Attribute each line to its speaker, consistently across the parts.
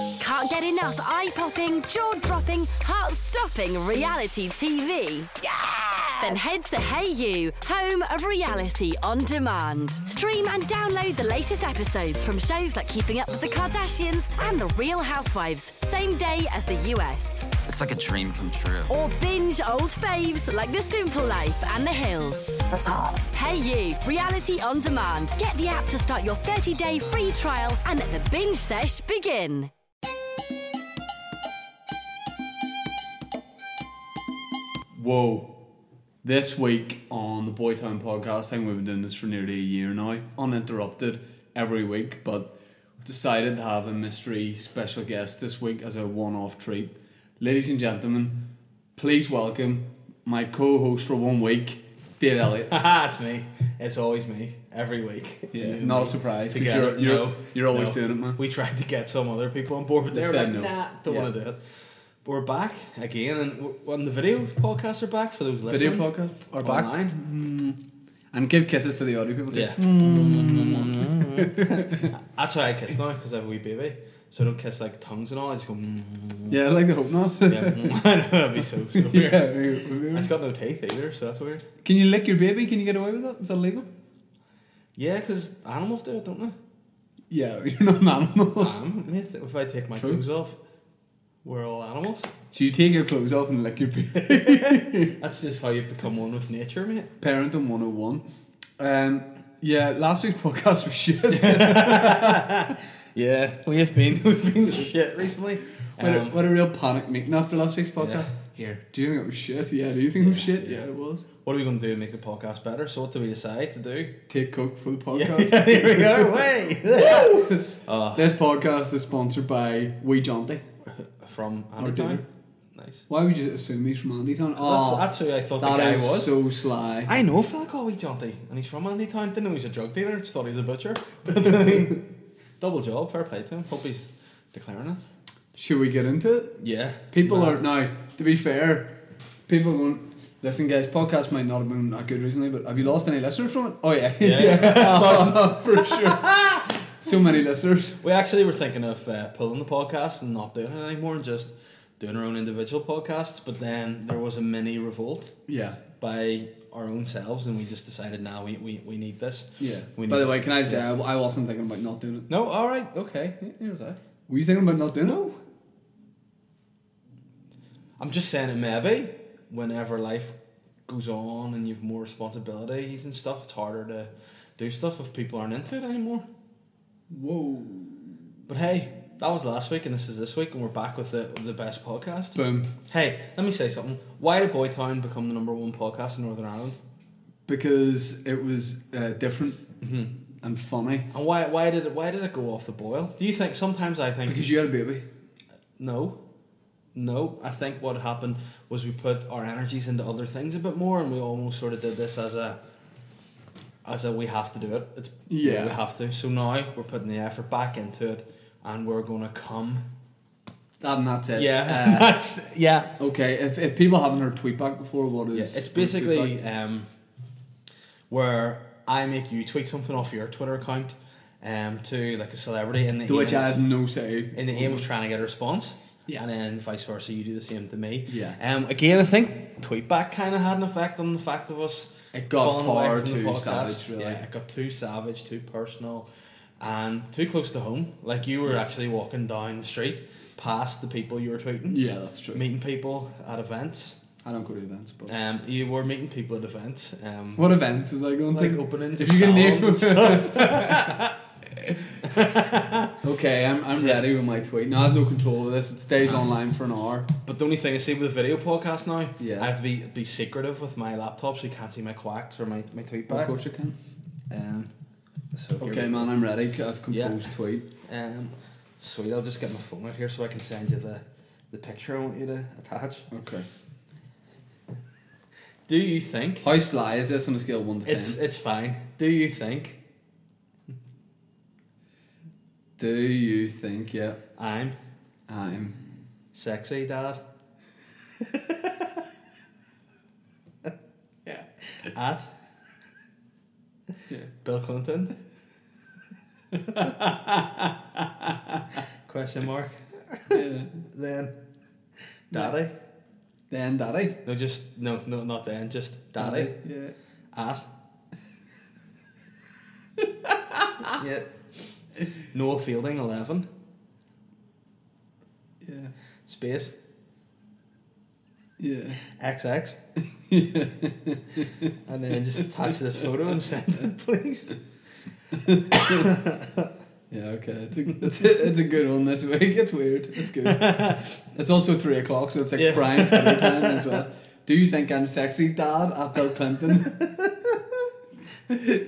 Speaker 1: can't get enough eye popping, jaw dropping, heart stopping reality TV. Then head to Hey You, home of reality on demand. Stream and download the latest episodes from shows like Keeping Up with the Kardashians and The Real Housewives, same day as the US.
Speaker 2: It's like a dream come true.
Speaker 1: Or binge old faves like The Simple Life and The Hills.
Speaker 3: That's hot.
Speaker 1: Hey You, reality on demand. Get the app to start your 30 day free trial and let the binge sesh begin.
Speaker 4: Whoa. This week on the Boytown podcast, I think we've been doing this for nearly a year now, uninterrupted every week, but we've decided to have a mystery special guest this week as a one off treat. Ladies and gentlemen, please welcome my co host for one week, Dave Elliott.
Speaker 5: Haha, Ah, it's me. It's always me. Every week.
Speaker 4: Yeah,
Speaker 5: You,
Speaker 4: not
Speaker 5: me,
Speaker 4: a surprise, 'cause
Speaker 5: Together.
Speaker 4: you're- you're-
Speaker 5: no,
Speaker 4: you're always
Speaker 5: no.
Speaker 4: doing it, man.
Speaker 5: We tried to get some other people on board, but they,
Speaker 4: They
Speaker 5: were
Speaker 4: said
Speaker 5: like,
Speaker 4: no.
Speaker 5: nah, don't
Speaker 4: Yeah.
Speaker 5: want to do it. But we're back again, and w- when the video podcasts are back for those listening.
Speaker 4: Video podcast are back. Mm.
Speaker 5: online.
Speaker 4: And give kisses to the audio people. too.
Speaker 5: Yeah. That's how I kiss now, because I have a wee baby. So I don't kiss like tongues and all. I just go, mm.
Speaker 4: Yeah, I'd like to hope not.
Speaker 5: yeah, mm. I know, that'd be so, so weird.
Speaker 4: Yeah, we- we- we-
Speaker 5: It's got no teeth either, so that's weird.
Speaker 4: Can you lick your baby? Can you get away with that? Is that legal?
Speaker 5: Yeah, because animals do it, don't they?
Speaker 4: Yeah, you're not an animal.
Speaker 5: Um, mate, if I take my
Speaker 4: True.
Speaker 5: clothes off, we're all animals.
Speaker 4: So you take your clothes off and lick your baby.
Speaker 5: That's just how you become one with nature, mate.
Speaker 4: Parenting 101. Um, yeah, last week's podcast was shit.
Speaker 5: Yeah, we have been we've been shit recently.
Speaker 4: what, a, what a real panic meeting after last week's podcast.
Speaker 5: Um, Here,
Speaker 4: Do you think it was shit? Yeah, do you think it was shit? Yeah, it was.
Speaker 5: what are we going to do to make the podcast better? So what do we decide to do?
Speaker 4: Take Coke for the
Speaker 5: Yeah,
Speaker 4: podcast.
Speaker 5: here we go. Way
Speaker 4: This podcast is sponsored by Wee Jonty.
Speaker 5: from
Speaker 4: Or do
Speaker 5: Andy Nice.
Speaker 4: Why would you assume he's from Andytown? Oh,
Speaker 5: that's who I thought the
Speaker 4: that
Speaker 5: guy
Speaker 4: is
Speaker 5: was.
Speaker 4: so sly.
Speaker 5: I know a fella called Wee Jonty, and he's from Andy Town. Didn't know he was a drug dealer. Just thought he was a butcher. But uh, double job, fair play to him. Hope he's declaring it.
Speaker 4: Should we get into it?
Speaker 5: Yeah,
Speaker 4: People
Speaker 5: Nah.
Speaker 4: are now. To be fair, people going. Listen, guys, podcast might not have been that good recently, but have you lost any listeners from it? Oh yeah,
Speaker 5: Yeah,
Speaker 4: for sure. so many listeners.
Speaker 5: We actually were thinking of uh, pulling the podcast and not doing it anymore and just doing our own individual podcasts. But then there was a mini revolt
Speaker 4: Yeah,
Speaker 5: by our own selves, and we just decided now we, we, we need this.
Speaker 4: yeah.
Speaker 5: We
Speaker 4: By
Speaker 5: need
Speaker 4: the way,
Speaker 5: this.
Speaker 4: can I say
Speaker 5: Yeah.
Speaker 4: I, I wasn't thinking about not doing it.
Speaker 5: No, all right, okay. Yeah, Here was I.
Speaker 4: Were you thinking about not doing it?
Speaker 5: I'm just saying it maybe whenever life goes on and you've more responsibilities and stuff, it's harder to do stuff if people aren't into it anymore.
Speaker 4: Whoa!
Speaker 5: But hey, that was last week, and this is this week, and we're back with the the best podcast.
Speaker 4: Boom.
Speaker 5: Hey, let me say something. Why did Boytown become the number one podcast in Northern Ireland?
Speaker 4: Because it was uh, different
Speaker 5: Mm-hmm.
Speaker 4: and funny.
Speaker 5: And why why did it why did it go off the boil? Do you think sometimes I think
Speaker 4: Because you had a baby.
Speaker 5: no. No, I think what happened was we put our energies into other things a bit more and we almost sort of did this as a as a we have to do it. It's
Speaker 4: Yeah.
Speaker 5: we have to. So now we're putting the effort back into it and we're gonna come.
Speaker 4: And that's it.
Speaker 5: Yeah.
Speaker 4: Uh,
Speaker 5: That's yeah.
Speaker 4: okay. If, if people haven't heard Tweetback before, what is?
Speaker 5: Yeah, it's
Speaker 4: what is Tweetback?
Speaker 5: basically um, where I make you tweet something off your Twitter account um, to like a celebrity in the
Speaker 4: To which
Speaker 5: aim
Speaker 4: I
Speaker 5: of,
Speaker 4: have no say.
Speaker 5: in the aim of trying to get a response.
Speaker 4: Yeah.
Speaker 5: And then vice versa, you do the same to me.
Speaker 4: Yeah.
Speaker 5: Um, again, I think Tweetback kind of had an effect on the fact of us.
Speaker 4: It got
Speaker 5: falling away
Speaker 4: far
Speaker 5: from the
Speaker 4: too
Speaker 5: podcast.
Speaker 4: savage, really.
Speaker 5: Yeah, it got too savage, too personal, and too close to home. Like you were actually walking down the street past the people you were tweeting,
Speaker 4: Yeah, that's true.
Speaker 5: meeting people at events.
Speaker 4: I don't go to events, but
Speaker 5: Um, you were meeting people at events. Um,
Speaker 4: what events was I going
Speaker 5: like
Speaker 4: to?
Speaker 5: openings
Speaker 4: If
Speaker 5: of
Speaker 4: you can name
Speaker 5: salons and stuff.
Speaker 4: Okay, I'm, I'm ready with my tweet. Now I have no control of this. It stays online for an hour.
Speaker 5: But the only thing I see with the video podcast now,
Speaker 4: Yeah.
Speaker 5: I have to be be secretive with my laptop so you can't see my quacks or my, my tweet
Speaker 4: Of
Speaker 5: back.
Speaker 4: course you can.
Speaker 5: Um, so here
Speaker 4: Okay,
Speaker 5: we-
Speaker 4: man, I'm ready. I've composed
Speaker 5: Yeah.
Speaker 4: tweet.
Speaker 5: Um, sweet, I'll just get my phone out here so I can send you the, the picture I want you to attach.
Speaker 4: Okay.
Speaker 5: Do you think
Speaker 4: How sly is this on a scale of one to
Speaker 5: it's
Speaker 4: ten?
Speaker 5: it's fine? Do you think
Speaker 4: Do you think? Yeah,
Speaker 5: I'm
Speaker 4: I'm.
Speaker 5: sexy, Dad?
Speaker 4: Yeah.
Speaker 5: At
Speaker 4: Yeah.
Speaker 5: Bill Clinton? Question mark.
Speaker 4: Yeah.
Speaker 5: Then, daddy.
Speaker 4: Then daddy.
Speaker 5: No, just no, no, not then. Just daddy.
Speaker 4: Yeah.
Speaker 5: At. yeah. Noel Fielding eleven
Speaker 4: Yeah.
Speaker 5: space
Speaker 4: Yeah.
Speaker 5: XX. and then just attach this photo and send it, please.
Speaker 4: Yeah, okay. It's a, it's, a, it's a good one this week. It's weird. It's good. it's also three o'clock, so it's like
Speaker 5: Yeah.
Speaker 4: prime Twitter time as well. Do you think I'm sexy, Dad? At Bill Clinton.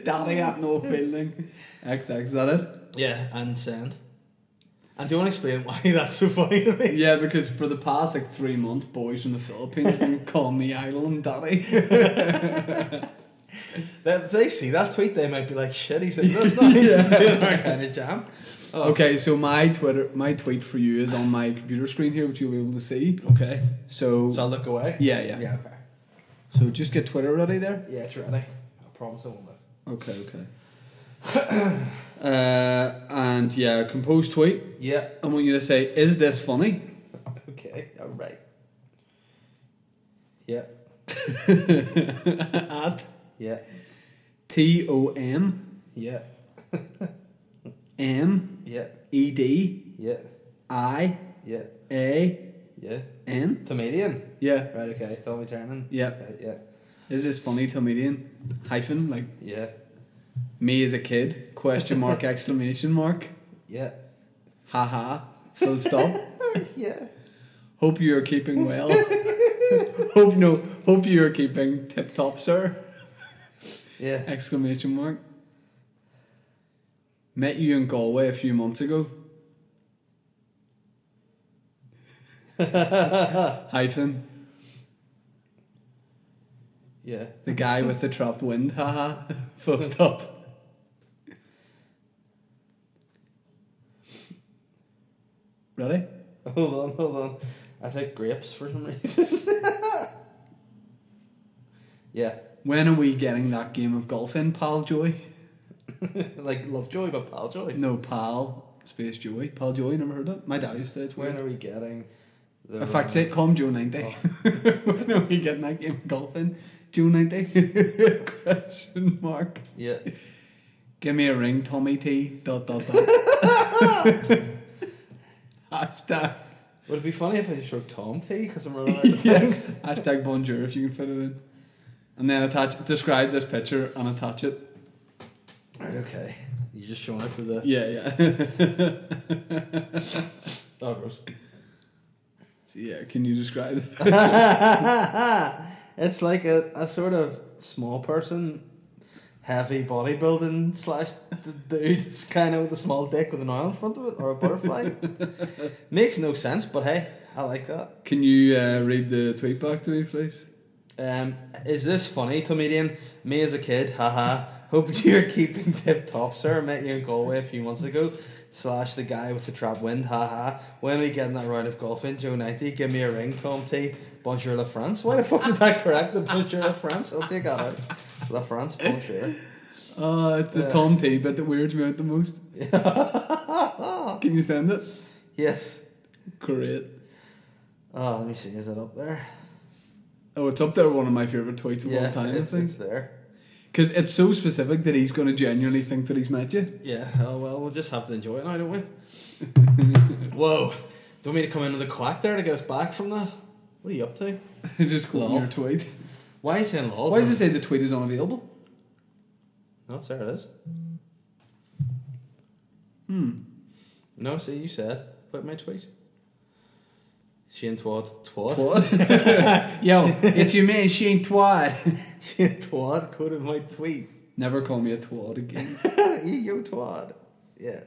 Speaker 4: Daddy at no feeling. XX, is that it?
Speaker 5: Yeah, and send. And do you want to explain why that's so funny to me?
Speaker 4: Yeah, because for the past like three months, boys from the Philippines been calling me Island Daddy.
Speaker 5: That, if they see that tweet, they might be like, shit, he's like, that's not he's
Speaker 4: Yeah.
Speaker 5: doing our kind of jam. Oh,
Speaker 4: Okay, so my Twitter, my tweet for you is on my computer screen here, which you'll be able to see.
Speaker 5: Okay.
Speaker 4: So,
Speaker 5: So I'll look away?
Speaker 4: yeah, yeah,
Speaker 5: Yeah, okay.
Speaker 4: So just get Twitter ready there.
Speaker 5: Yeah, it's ready. I promise I won't look.
Speaker 4: Okay, okay. uh, and yeah, compose tweet.
Speaker 5: Yeah.
Speaker 4: I want you to say, "Is this funny?"
Speaker 5: Okay, alright. Yeah,
Speaker 4: At
Speaker 5: yeah,
Speaker 4: T O M
Speaker 5: yeah,
Speaker 4: M
Speaker 5: yeah,
Speaker 4: E D
Speaker 5: yeah,
Speaker 4: I
Speaker 5: yeah,
Speaker 4: A
Speaker 5: yeah.
Speaker 4: N.
Speaker 5: Comedian?
Speaker 4: Yeah.
Speaker 5: Right, okay. Tommy Turner?
Speaker 4: Yeah.
Speaker 5: Okay, yeah,
Speaker 4: Is this funny, comedian? Hyphen like
Speaker 5: yeah,
Speaker 4: me as a kid? Question mark exclamation mark.
Speaker 5: yeah,
Speaker 4: Ha ha. Full stop.
Speaker 5: yeah.
Speaker 4: Hope you are keeping well. hope no. Hope you are keeping tip top, sir.
Speaker 5: Yeah.
Speaker 4: Exclamation mark. Met you in Galway a few months ago. Hyphen.
Speaker 5: Yeah.
Speaker 4: The guy with the trapped wind, haha. Full stop. Ready?
Speaker 5: Hold on, hold on. I took grapes for some reason. yeah.
Speaker 4: When are we getting that game of golf in, pal Joy?
Speaker 5: like Lovejoy but Paljoy.
Speaker 4: No, pal. Space Joy. Pal Joy, never heard of it. My dad used to say it's
Speaker 5: When
Speaker 4: weird.
Speaker 5: are we getting the
Speaker 4: In fact, say, call him Joe 90. when are we getting that game of golf in? Joe 90? Question mark.
Speaker 5: Yeah.
Speaker 4: Give me a ring, Tommy T. Dot, dot, dot. Hashtag.
Speaker 5: Would it be funny if I just wrote Tom T because I'm running out of things?
Speaker 4: yes. Hashtag bonjour if you can fit it in. And then attach, describe this picture and attach it.
Speaker 5: Right, okay. You just showing up to the
Speaker 4: Yeah, yeah.
Speaker 5: Oh gross.
Speaker 4: so, yeah, can you describe it?
Speaker 5: it's like a, a sort of small person heavy bodybuilding slash d- dude is kind of with a small dick with an oil in front of it or a butterfly makes no sense but hey i like that
Speaker 4: Can you uh, read the tweet back to me, please?
Speaker 5: Um, is this funny, comedian? Me as a kid, haha. Hope you're keeping tip top, sir. Met you in Galway a few months ago. Slash the guy with the trap wind, haha. When are we getting that round of golfing, Joe 90? Give me a ring, Tom T. Bonjour La France. Why the fuck did I correct the Bonjour La France? I'll take that out. La France, bonjour.
Speaker 4: Oh, it's the
Speaker 5: Yeah.
Speaker 4: Tom T bit that weirds me out the most. Can you send it?
Speaker 5: Yes.
Speaker 4: Great.
Speaker 5: Oh, let me see. Is it up there?
Speaker 4: Oh, it's up there, one of my favourite tweets of all time, I
Speaker 5: it's, it's
Speaker 4: think.
Speaker 5: there.
Speaker 4: Because it's so specific that he's going to genuinely think that he's met you.
Speaker 5: Yeah, oh well, we'll just have to enjoy it now, don't we? Whoa. Don't mean to come in with a quack there to get us back from that. What are you up to?
Speaker 4: Just quoting
Speaker 5: Lol.
Speaker 4: your tweet.
Speaker 5: Why are you saying lol?
Speaker 4: Why does it say the tweet is unavailable?
Speaker 5: No, it's Oh, there it is. Hmm. No, see, you said. Quit my tweet. Shane Twad. Twad?
Speaker 4: What? Yo, it's your man Shane Twad.
Speaker 5: Shane Twad quoted my tweet.
Speaker 4: Never call me a twat again.
Speaker 5: you, you Twad. Yeah.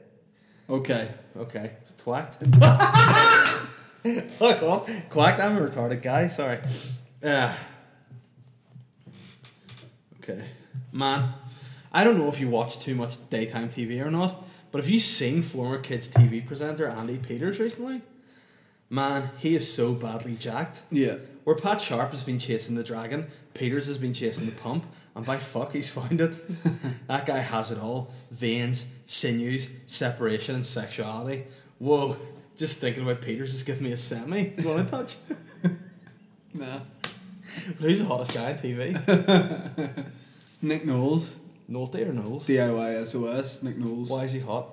Speaker 4: Okay.
Speaker 5: Okay. Twacked. Fuck off. Quacked. I'm a retarded guy. Sorry. Uh, okay. Man, I don't know if you watch too much daytime TV or not, but have you seen former kids TV presenter Andy Peters recently? Man, he is so badly jacked.
Speaker 4: Yeah.
Speaker 5: Where Pat Sharp has been chasing the dragon, Peters has been chasing the pump, and by fuck, he's found it. that guy has it all veins, sinews, separation, and sexuality. Whoa, Just thinking about Peters just giving me a semi. Do you want to touch?
Speaker 4: Nah.
Speaker 5: But who's the hottest guy on TV?
Speaker 4: Nick Knowles,
Speaker 5: Nolte or Knowles?
Speaker 4: DIY SOS, Nick Knowles.
Speaker 5: Why is he hot?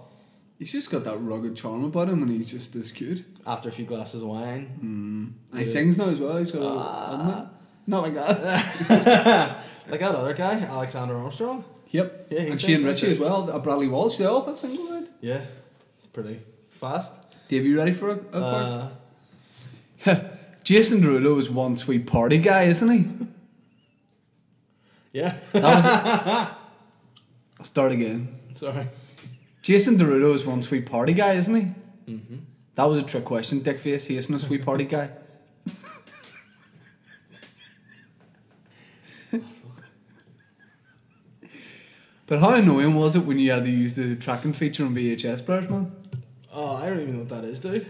Speaker 4: He's just got that rugged charm about him and he's just this cute.
Speaker 5: After a few glasses of wine.
Speaker 4: And he sings now as well. He's got a
Speaker 5: Ah.
Speaker 4: Not like that.
Speaker 5: like that other guy, Alexander Armstrong.
Speaker 4: yep.
Speaker 5: Yeah, he
Speaker 4: and
Speaker 5: sings
Speaker 4: Shane
Speaker 5: like
Speaker 4: Ritchie
Speaker 5: that.
Speaker 4: as well. Uh, Bradley Walsh, they all have singles out.
Speaker 5: Yeah, pretty fast.
Speaker 4: Dave, you ready for a, a part?
Speaker 5: Uh,
Speaker 4: Jason Derulo is one sweet party guy, isn't he?
Speaker 5: yeah,
Speaker 4: That was I'll start again.
Speaker 5: sorry.
Speaker 4: Jason Derulo is one sweet party guy, isn't he? Mm-hmm. That was a trick question, dickface. He isn't a sweet party guy. but how annoying was it when you had to use the tracking feature on VHS players, man?
Speaker 5: Oh, I don't even know what that is, dude.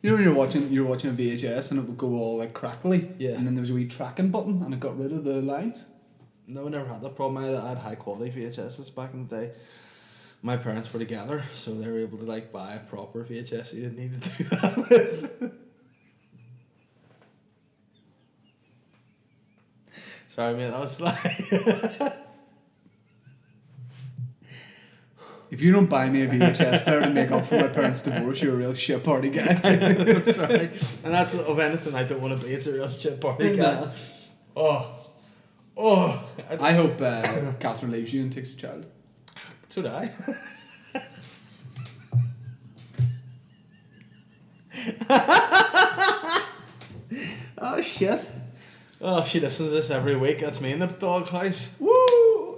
Speaker 4: You know when you're watching you're watching a VHS and it would go all like crackly,
Speaker 5: Yeah.
Speaker 4: And then there was a wee tracking button and it got rid of the lines.
Speaker 5: No, I never had that problem. I had, I had high quality VHSs back in the day. My parents were together, so they were able to like buy a proper VHS. You didn't need to do that with. Sorry, man. That was like
Speaker 4: If you don't buy me a VHS player to make up for my parents' divorce, you're a real shit party guy.
Speaker 5: sorry, and that's of anything I don't want to be. It's a real shit party.
Speaker 4: Nah.
Speaker 5: guy. Oh, oh. I-
Speaker 4: I hope uh, Catherine leaves you and takes a child.
Speaker 5: So did I. oh shit. Oh, she listens to this every week. That's me in the doghouse. Woo!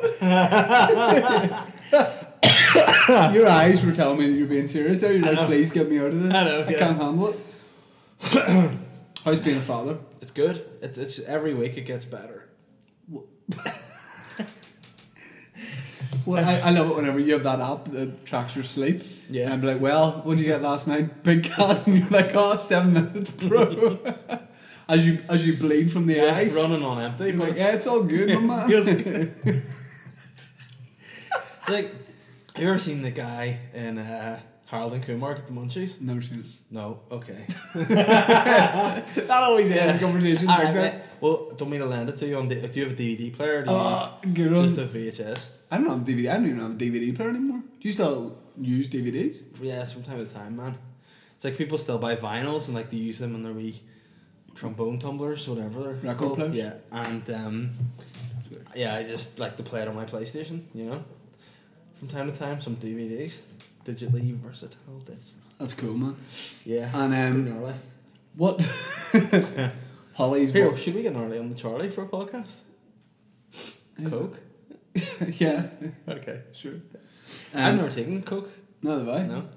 Speaker 4: Your eyes were telling me that you're being serious there. You're
Speaker 5: I
Speaker 4: like,
Speaker 5: know.
Speaker 4: please get me out of this.
Speaker 5: I know, yeah.
Speaker 4: can't handle it. How's being a father?
Speaker 5: It's good. It's, it's every week it gets better.
Speaker 4: Well, I, I love it whenever you have that app that tracks your sleep.
Speaker 5: Yeah.
Speaker 4: And I'm like, well, what did you get last night? Big cat. And you're like, oh, seven minutes, bro. as you as you bleed from the eyes.
Speaker 5: running on empty.
Speaker 4: You're
Speaker 5: But
Speaker 4: like,
Speaker 5: it's,
Speaker 4: yeah, it's all good, my
Speaker 5: Feels
Speaker 4: man.
Speaker 5: good. It's like, have you ever seen the guy in uh, Harold and Kumar at the Munchies?
Speaker 4: Never seen
Speaker 5: No. Okay.
Speaker 4: it. That always ends conversations like
Speaker 5: Alright,
Speaker 4: that.
Speaker 5: mate. Ah, eh, Well, don't mean to land it to you on. The, do you have a DVD player? Or do you
Speaker 4: Ah, good one.
Speaker 5: uh, just a VHS?
Speaker 4: I don't have DVD. I don't even have a DVD player anymore. Do you still use DVDs?
Speaker 5: Yeah, it's from time to time, man. It's like people still buy vinyls and like they use them in their wee trombone tumblers, whatever they're
Speaker 4: Record
Speaker 5: called.
Speaker 4: players?
Speaker 5: Yeah, and um, yeah, I just like to play it on my PlayStation. You know, from time to time, some DVDs, digitally versatile discs.
Speaker 4: That's cool, man.
Speaker 5: Yeah,
Speaker 4: And, um,
Speaker 5: pretty gnarly.
Speaker 4: What? Holly's
Speaker 5: Here,
Speaker 4: what?
Speaker 5: should we get gnarly on the Charlie for a podcast? Coke.
Speaker 4: yeah,
Speaker 5: Okay.
Speaker 4: sure. Um,
Speaker 5: I've never taken Coke.
Speaker 4: neither have I.
Speaker 5: No.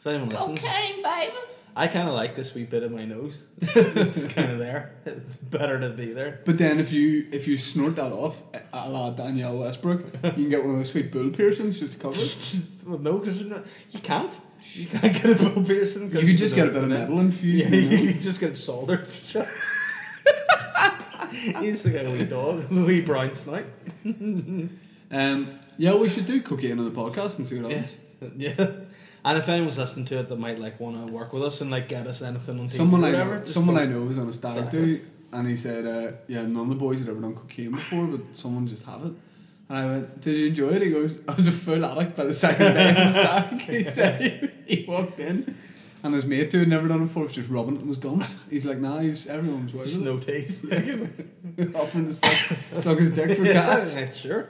Speaker 5: If anyone listens,
Speaker 1: Cocaine, baby.
Speaker 5: I kind of like this wee bit of my nose. it's kind of there. It's better to be there.
Speaker 4: But then if you if you snort that off, a la Danielle Westbrook, you can get one of those sweet bull piercings just to cover it.
Speaker 5: Well, no, because you can't. You can't get a bull piercing. 'cause
Speaker 4: You could just get a bit
Speaker 5: don't
Speaker 4: of
Speaker 5: know.
Speaker 4: metal infused.
Speaker 5: Yeah,
Speaker 4: in
Speaker 5: you
Speaker 4: there.
Speaker 5: could just get it soldered. He's the guy with a wee dog, the wee brown snout.
Speaker 4: um, yeah, we should do cocaine on the podcast and see what
Speaker 5: Yeah,
Speaker 4: happens.
Speaker 5: yeah. And if anyone's listening to it that might like want to work with us and like get us anything on TV
Speaker 4: Someone
Speaker 5: or
Speaker 4: I
Speaker 5: whatever,
Speaker 4: know,
Speaker 5: just
Speaker 4: someone
Speaker 5: go-
Speaker 4: I know was on a stag
Speaker 5: Stag
Speaker 4: do,
Speaker 5: us.
Speaker 4: and he said, uh, "Yeah, none of the boys had ever done cocaine before, but someone just had it." And I went, "Did you enjoy it?" He goes, "I was a full addict by the second day of the stag." He said he, he walked in, and his mate who had never done it before was just rubbing it in his gums. He's like, "Nah, he was, everyone was
Speaker 5: just
Speaker 4: wild."
Speaker 5: no teeth.
Speaker 4: offering to suck, suck his dick for cash.
Speaker 5: Yeah, sure.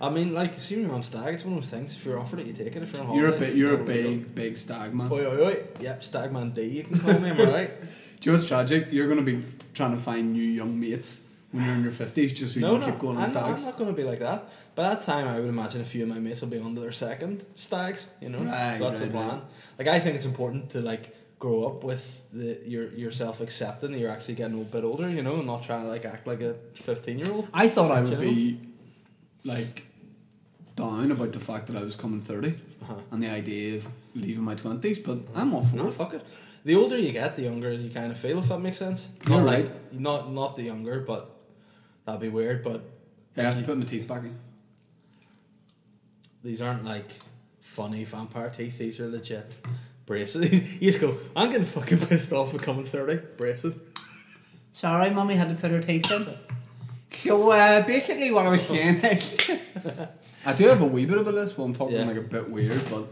Speaker 5: I mean, like, assuming you're on stag, it's one of those things. If you're offered it, you take it. If you're on Oh,
Speaker 4: You're a
Speaker 5: holidays,
Speaker 4: big, you're a
Speaker 5: it's not really
Speaker 4: big, big stag man.
Speaker 5: good. Oi, oi, oi. Yep, Stagman D, you can call me, am I right?
Speaker 4: Do you know what's tragic? You're gonna be trying to find new young mates when you're in your fifties, just so you
Speaker 5: no,
Speaker 4: can
Speaker 5: no,
Speaker 4: keep going on
Speaker 5: I'm, not-
Speaker 4: stags.
Speaker 5: I'm not going to be like that. By that time, I would imagine a few of my mates will be on to their second stags, you know?
Speaker 4: Right,
Speaker 5: so that's
Speaker 4: right,
Speaker 5: the plan.
Speaker 4: right.
Speaker 5: Like, I think it's important to, like, grow up with the, your yourself accepting that you're actually getting a bit older, you know, and not trying to, like, act like a 15 year old.
Speaker 4: I thought I
Speaker 5: Do you
Speaker 4: would
Speaker 5: know?
Speaker 4: be like down about the fact that I was coming 30
Speaker 5: Uh-huh.
Speaker 4: and the idea of leaving my twenties, but I'm all for
Speaker 5: No,
Speaker 4: it.
Speaker 5: fuck it. The older you get, the younger you kind of feel, if that makes sense.
Speaker 4: You're
Speaker 5: not
Speaker 4: right.
Speaker 5: like- not not the younger, but that'd be weird. But
Speaker 4: I have to put my teeth back in.
Speaker 5: these aren't like funny vampire teeth. These are legit braces. you just go, I'm getting fucking pissed off for coming 30. Braces.
Speaker 2: Sorry, mummy had to put her teeth in. So uh, basically, what I was saying is,
Speaker 4: I do have a wee bit of a list. Well, I'm talking
Speaker 5: Yeah.
Speaker 4: like a bit weird, but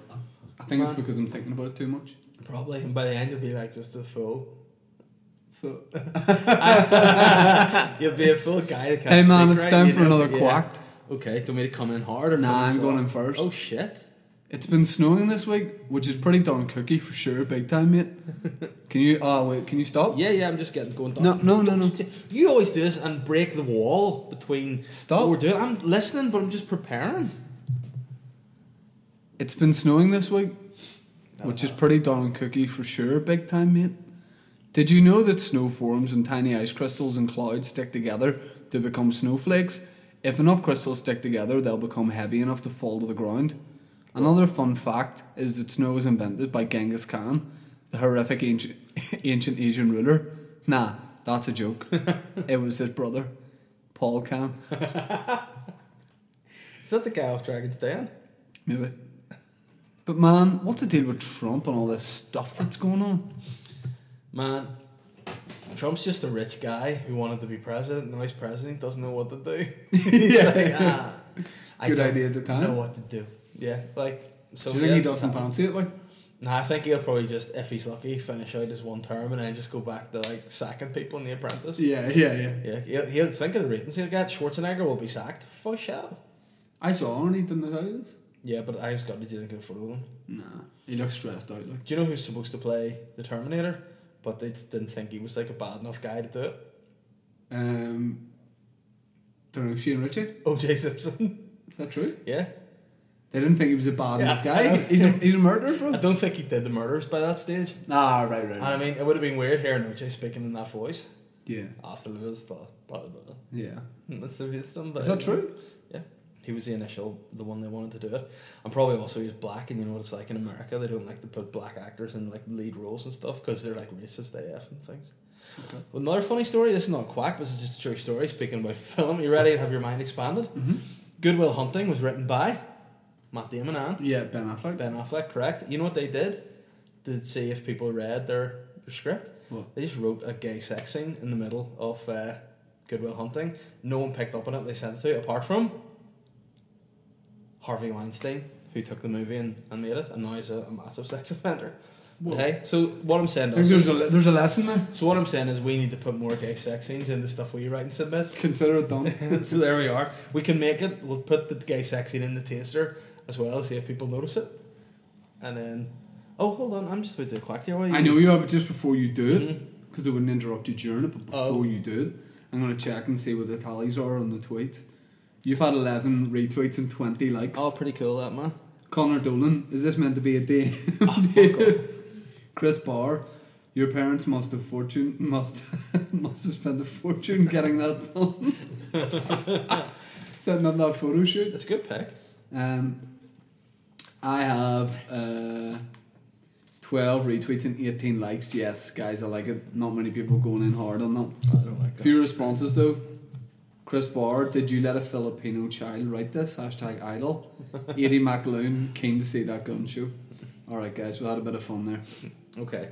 Speaker 4: I think it's because I'm thinking about it too much.
Speaker 5: Probably. And by the end, you'll be like just a fool.
Speaker 4: So,
Speaker 5: You'll be a fool guy that can't
Speaker 4: hey man,
Speaker 5: speak
Speaker 4: it's
Speaker 5: right,
Speaker 4: time
Speaker 5: you
Speaker 4: for
Speaker 5: know,
Speaker 4: another
Speaker 5: yeah.
Speaker 4: quacked.
Speaker 5: Okay, do you want me to come in hard or
Speaker 4: Nah,
Speaker 5: come in
Speaker 4: I'm
Speaker 5: soft?
Speaker 4: going in first.
Speaker 5: Oh shit.
Speaker 4: It's been snowing this week, which is pretty darn cookie for sure, big time, mate. Can you? Ah, wait. Can you stop?
Speaker 5: Yeah, yeah, I'm just getting going.
Speaker 4: No, no, no, no.
Speaker 5: You always do this and break the wall between
Speaker 4: Stop.
Speaker 5: what we're doing. I'm listening, but I'm just preparing.
Speaker 4: It's been snowing this week, which is pretty darn cookie for sure, big time, mate. Did you know that snow forms when tiny ice crystals and clouds stick together to become snowflakes? If enough crystals stick together, they'll become heavy enough to fall to the ground. Another fun fact is that snow was invented by Genghis Khan, the horrific ancient, ancient Asian ruler. Nah, that's a joke. it was his brother, Paul Khan,
Speaker 5: Is that the guy off Dragon's Den?
Speaker 4: maybe. But man, what's the deal with Trump and all this stuff that's going on?
Speaker 5: Man, Trump's just a rich guy who wanted to be president. Now he's president, doesn't know what to do. He's like, ah, I
Speaker 4: Good
Speaker 5: don't
Speaker 4: idea at the time.
Speaker 5: Know what to do? Yeah, like so.
Speaker 4: Do you think he
Speaker 5: yeah.
Speaker 4: doesn't fancy it? Like,
Speaker 5: Nah, I think he'll probably just, if he's lucky, finish out his one term and then just go back to like sacking people in The Apprentice.
Speaker 4: yeah, yeah, yeah.
Speaker 5: Yeah, he'll, he'll think of the ratings he'll get. Schwarzenegger will be sacked for sure.
Speaker 4: I saw Arnie in the house.
Speaker 5: Yeah, but I was got to do in front of him.
Speaker 4: Nah, he looks stressed out. Like,
Speaker 5: Do you know who's supposed to play the Terminator? But they didn't think he was like a bad enough guy to do it.
Speaker 4: um, don't know. She and Richard.
Speaker 5: O.J. Simpson.
Speaker 4: Is that true?
Speaker 5: yeah.
Speaker 4: They didn't think he was a bad
Speaker 5: Yeah,
Speaker 4: enough
Speaker 5: I
Speaker 4: guy.
Speaker 5: know.
Speaker 4: He's a he's a murderer,
Speaker 5: I
Speaker 4: bro.
Speaker 5: don't think he did the murders by that stage.
Speaker 4: Ah, right, right.
Speaker 5: And I mean, it would have been weird hearing O.J. speaking in that voice.
Speaker 4: Yeah,
Speaker 5: Hasta la vista. blah, blah, blah.
Speaker 4: yeah.
Speaker 5: uh, That's the wisdom. but-
Speaker 4: Is that true?
Speaker 5: Yeah. He was the initial, the one they wanted to do it. And probably also he was black, and you know what it's like in America. They don't like to put black actors in like lead roles and stuff because they're like racist AF and things.
Speaker 4: Okay.
Speaker 5: Well, another funny story, this is not quack, but it's just a true story. Speaking about film, you ready to have your mind expanded?
Speaker 4: Mhm.
Speaker 5: Goodwill Hunting was written by Matt Damon and
Speaker 4: Yeah, Ben Affleck.
Speaker 5: Ben Affleck, correct? You know what they did? To see if people read their, their script?
Speaker 4: What?
Speaker 5: They just wrote a gay sex scene in the middle of uh, Goodwill Hunting. No one picked up on it. They sent it to apart from Harvey Weinstein, who took the movie and, and made it, and now he's a, a massive sex offender.
Speaker 4: Whoa.
Speaker 5: Okay, so what I'm saying
Speaker 4: I think
Speaker 5: is,
Speaker 4: there's a le- there's a lesson there.
Speaker 5: so what I'm saying is, we need to put more gay sex scenes in the stuff we write and submit.
Speaker 4: Consider it done.
Speaker 5: so there we are. We can make it. We'll put the gay sex scene in the taster as well, see if people notice it, and then. Oh, hold on! I'm just about to quack here. What are
Speaker 4: I know you are, but just before you do it,
Speaker 5: Mhm.
Speaker 4: because they wouldn't interrupt you during it, but before
Speaker 5: Oh.
Speaker 4: you do it, I'm going to check and see what the tallies are on the tweets. You've had 11 retweets and 20 likes.
Speaker 5: Oh, pretty cool that man.
Speaker 4: Connor Dolan, is this meant to be a day?
Speaker 5: Oh, fuck off.
Speaker 4: Chris Barr, your parents must have fortune must must have spent a fortune getting that done. Setting up that photo shoot.
Speaker 5: That's a good pick.
Speaker 4: Um, I have uh, 12 retweets and 18 likes. Yes, guys, I like it. Not many people going in hard on that.
Speaker 5: I don't like
Speaker 4: Few responses though. Chris Barr, did you let a Filipino child write this? Hashtag idol. Eddie McLoon, keen to see that gun show. Alright, guys, we had a bit of fun there.
Speaker 5: Okay.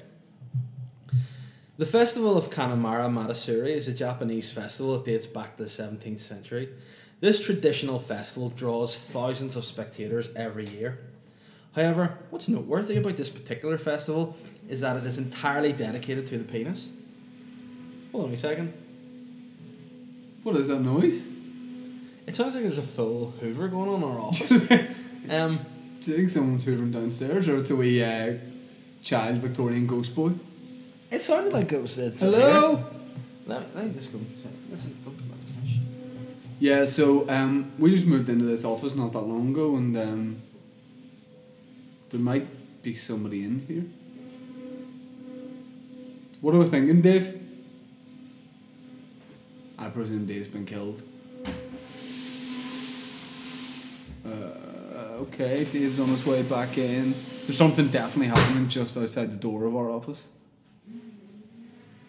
Speaker 5: The Festival of Kanamara Matsuri is a Japanese festival that dates back to the 17th century. This traditional festival draws thousands of spectators every year. However, what's noteworthy about this particular festival is that it is entirely dedicated to the penis. Hold on a second.
Speaker 4: What is that noise?
Speaker 5: It sounds like there's a full Hoover going on in our office. um,
Speaker 4: Do you think someone's hoovering downstairs or it's a wee uh, child Victorian ghost boy?
Speaker 5: it sounded like it was. It's
Speaker 4: Hello?
Speaker 5: Let, let me just go. Listen, don't put that in.
Speaker 4: Yeah, so um, we just moved into this office not that long ago, and um, there might be somebody in here. What are we thinking, Dave? I presume Dave's been killed. Uh, okay, Dave's on his way back in. There's something definitely happening just outside the door of our office.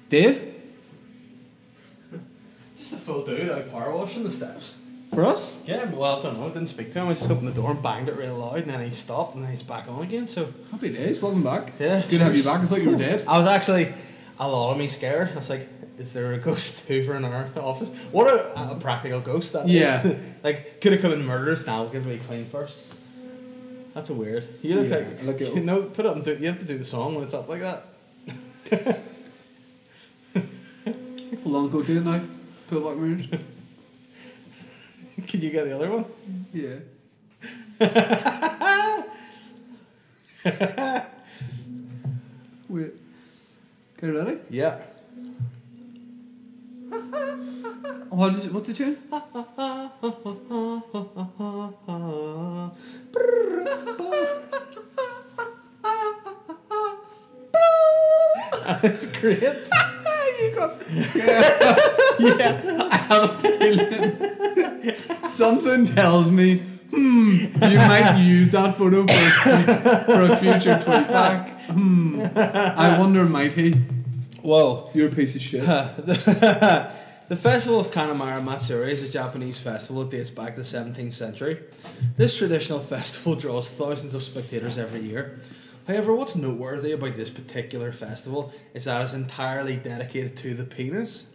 Speaker 4: Dave?
Speaker 5: Just a full dude out power washing the steps.
Speaker 2: For us?
Speaker 5: Yeah, well, I don't know. I didn't speak to him. I just opened the door and banged it real loud, and then he stopped, and then he's back on again. So
Speaker 4: Happy days, welcome back.
Speaker 5: Yeah,
Speaker 4: Good to have you
Speaker 5: cheers.
Speaker 4: back. I thought you were dead.
Speaker 5: I was actually a lot of me scared. I was like, is there a ghost over in our office? What a, a practical ghost that is.
Speaker 4: Yeah.
Speaker 5: like, could have come in and murdered us. Now we'll give it a clean first. That's a weird. You look
Speaker 4: Yeah,
Speaker 5: like
Speaker 4: look at-
Speaker 5: you know, put up and do. You have to do the song when it's up like that.
Speaker 4: Hold on, go do it now. Put it back round.
Speaker 5: Can you get the other one?
Speaker 4: Yeah. Wait. Okay, ready?
Speaker 5: Yeah.
Speaker 4: Oh, how does it, what's the tune?
Speaker 5: That's great. you got
Speaker 4: yeah, I have a feeling. Something tells me, hmm, you might use that photo for a, for a future tweet back. Hmm. I wonder, might he?
Speaker 5: whoa.
Speaker 4: You're a piece of shit.
Speaker 5: the Festival of Kanemaru Matsuri is a Japanese festival that dates back to the 17th century. This traditional festival draws thousands of spectators every year. However, what's noteworthy about this particular festival is that it's entirely dedicated to the penis.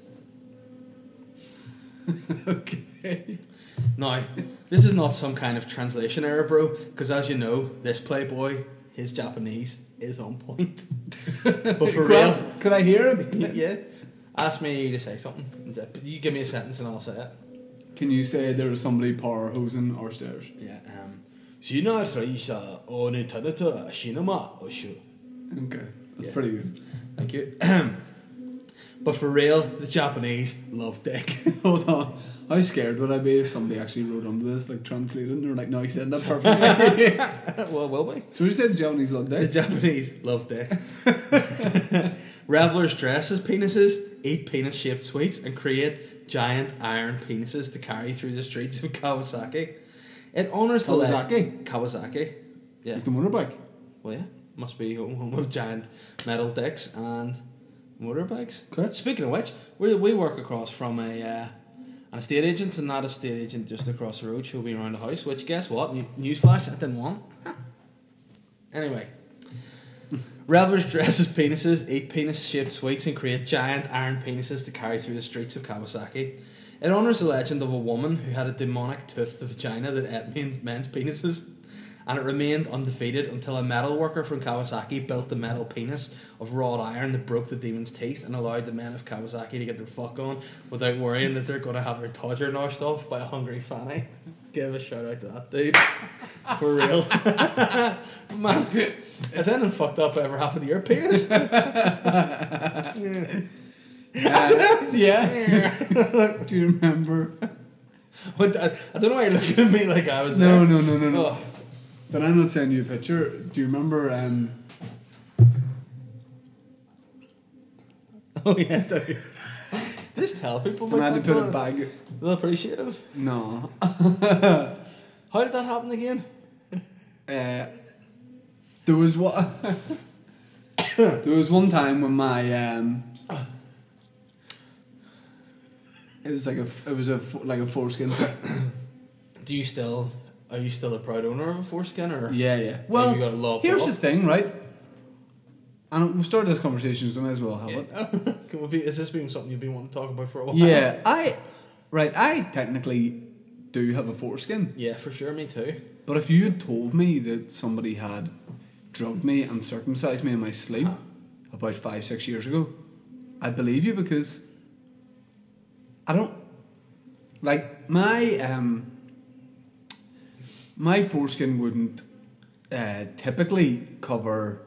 Speaker 4: okay.
Speaker 5: Now, this is not some kind of translation error, bro, because as you know, this Playboy, his Japanese, is on point. but for
Speaker 4: Grant,
Speaker 5: real,
Speaker 4: Can I hear him?
Speaker 5: yeah. Ask me to say something. You give me a sentence and I'll say it.
Speaker 4: Can you say there was somebody power hosing our stairs?
Speaker 5: Yeah. Um, 死な最初を抜たぬと死ぬまおしゅ。
Speaker 4: Okay. That's
Speaker 5: Yeah.
Speaker 4: pretty good.
Speaker 5: Thank you. but for real, the Japanese love dick.
Speaker 4: Hold on. How scared would I be if somebody actually wrote onto this, like translated, and they're like, no, he said that perfectly?
Speaker 5: well, will we?
Speaker 4: so we said Japanese love
Speaker 5: The
Speaker 4: day.
Speaker 5: Japanese love dick. Revelers dress as penises, eat penis shaped sweets, and create giant iron penises to carry through the streets of Kawasaki. It honors the leg-
Speaker 4: Kawasaki?
Speaker 5: Kawasaki. Yeah.
Speaker 4: Like the motorbike.
Speaker 5: Well, yeah, must be home, home of giant metal dicks and motorbikes.
Speaker 4: Okay.
Speaker 5: Speaking of which, we, we work across from a uh, an estate agent, and that estate agent just across the road. She'll be around the house. Which guess what? New- Newsflash, I didn't want. anyway. Revelers dress as penises, eat penis shaped sweets, and create giant iron penises to carry through the streets of Kawasaki. It honours the legend of a woman who had a demonic tooth to vagina that ate men's, men's penises, and it remained undefeated until a metal worker from Kawasaki built the metal penis of wrought iron that broke the demon's teeth and allowed the men of Kawasaki to get their fuck on without worrying that they're going to have their todger noshed off by a hungry fanny. Give a shout out to that dude. For real. Man, has anything fucked up ever happened to your penis?
Speaker 4: Uh, yeah.
Speaker 5: But
Speaker 4: Do you remember?
Speaker 5: I, I don't know why you're looking at me like I was
Speaker 4: No,
Speaker 5: there.
Speaker 4: no, no, no, no.
Speaker 5: Oh,
Speaker 4: But I'm not sending you a picture. Do you remember? Um,
Speaker 5: oh yeah, dude. Just tell people.
Speaker 4: when I
Speaker 5: Mike,
Speaker 4: had to put a bag.
Speaker 5: They'll appreciate it.
Speaker 4: No.
Speaker 5: How did that happen again?
Speaker 4: Uh, there was what? there was one time when my um, it was like a it was a fo- like a foreskin.
Speaker 5: Do you still? Are you still a proud owner of a foreskin or?
Speaker 4: yeah, yeah.
Speaker 5: you got a lot
Speaker 4: here's the
Speaker 5: off.
Speaker 4: thing, right? And we started this conversation, so I may as well have it.
Speaker 5: Oh, Can we be, has this been something you've been wanting to talk about for a while?
Speaker 4: Yeah, I right. I technically do have a foreskin.
Speaker 5: Yeah, for sure. Me too.
Speaker 4: But if you had told me that somebody had drugged me and circumcised me in my sleep about five, six years ago, I'd believe you because I don't like my um my foreskin wouldn't uh, typically cover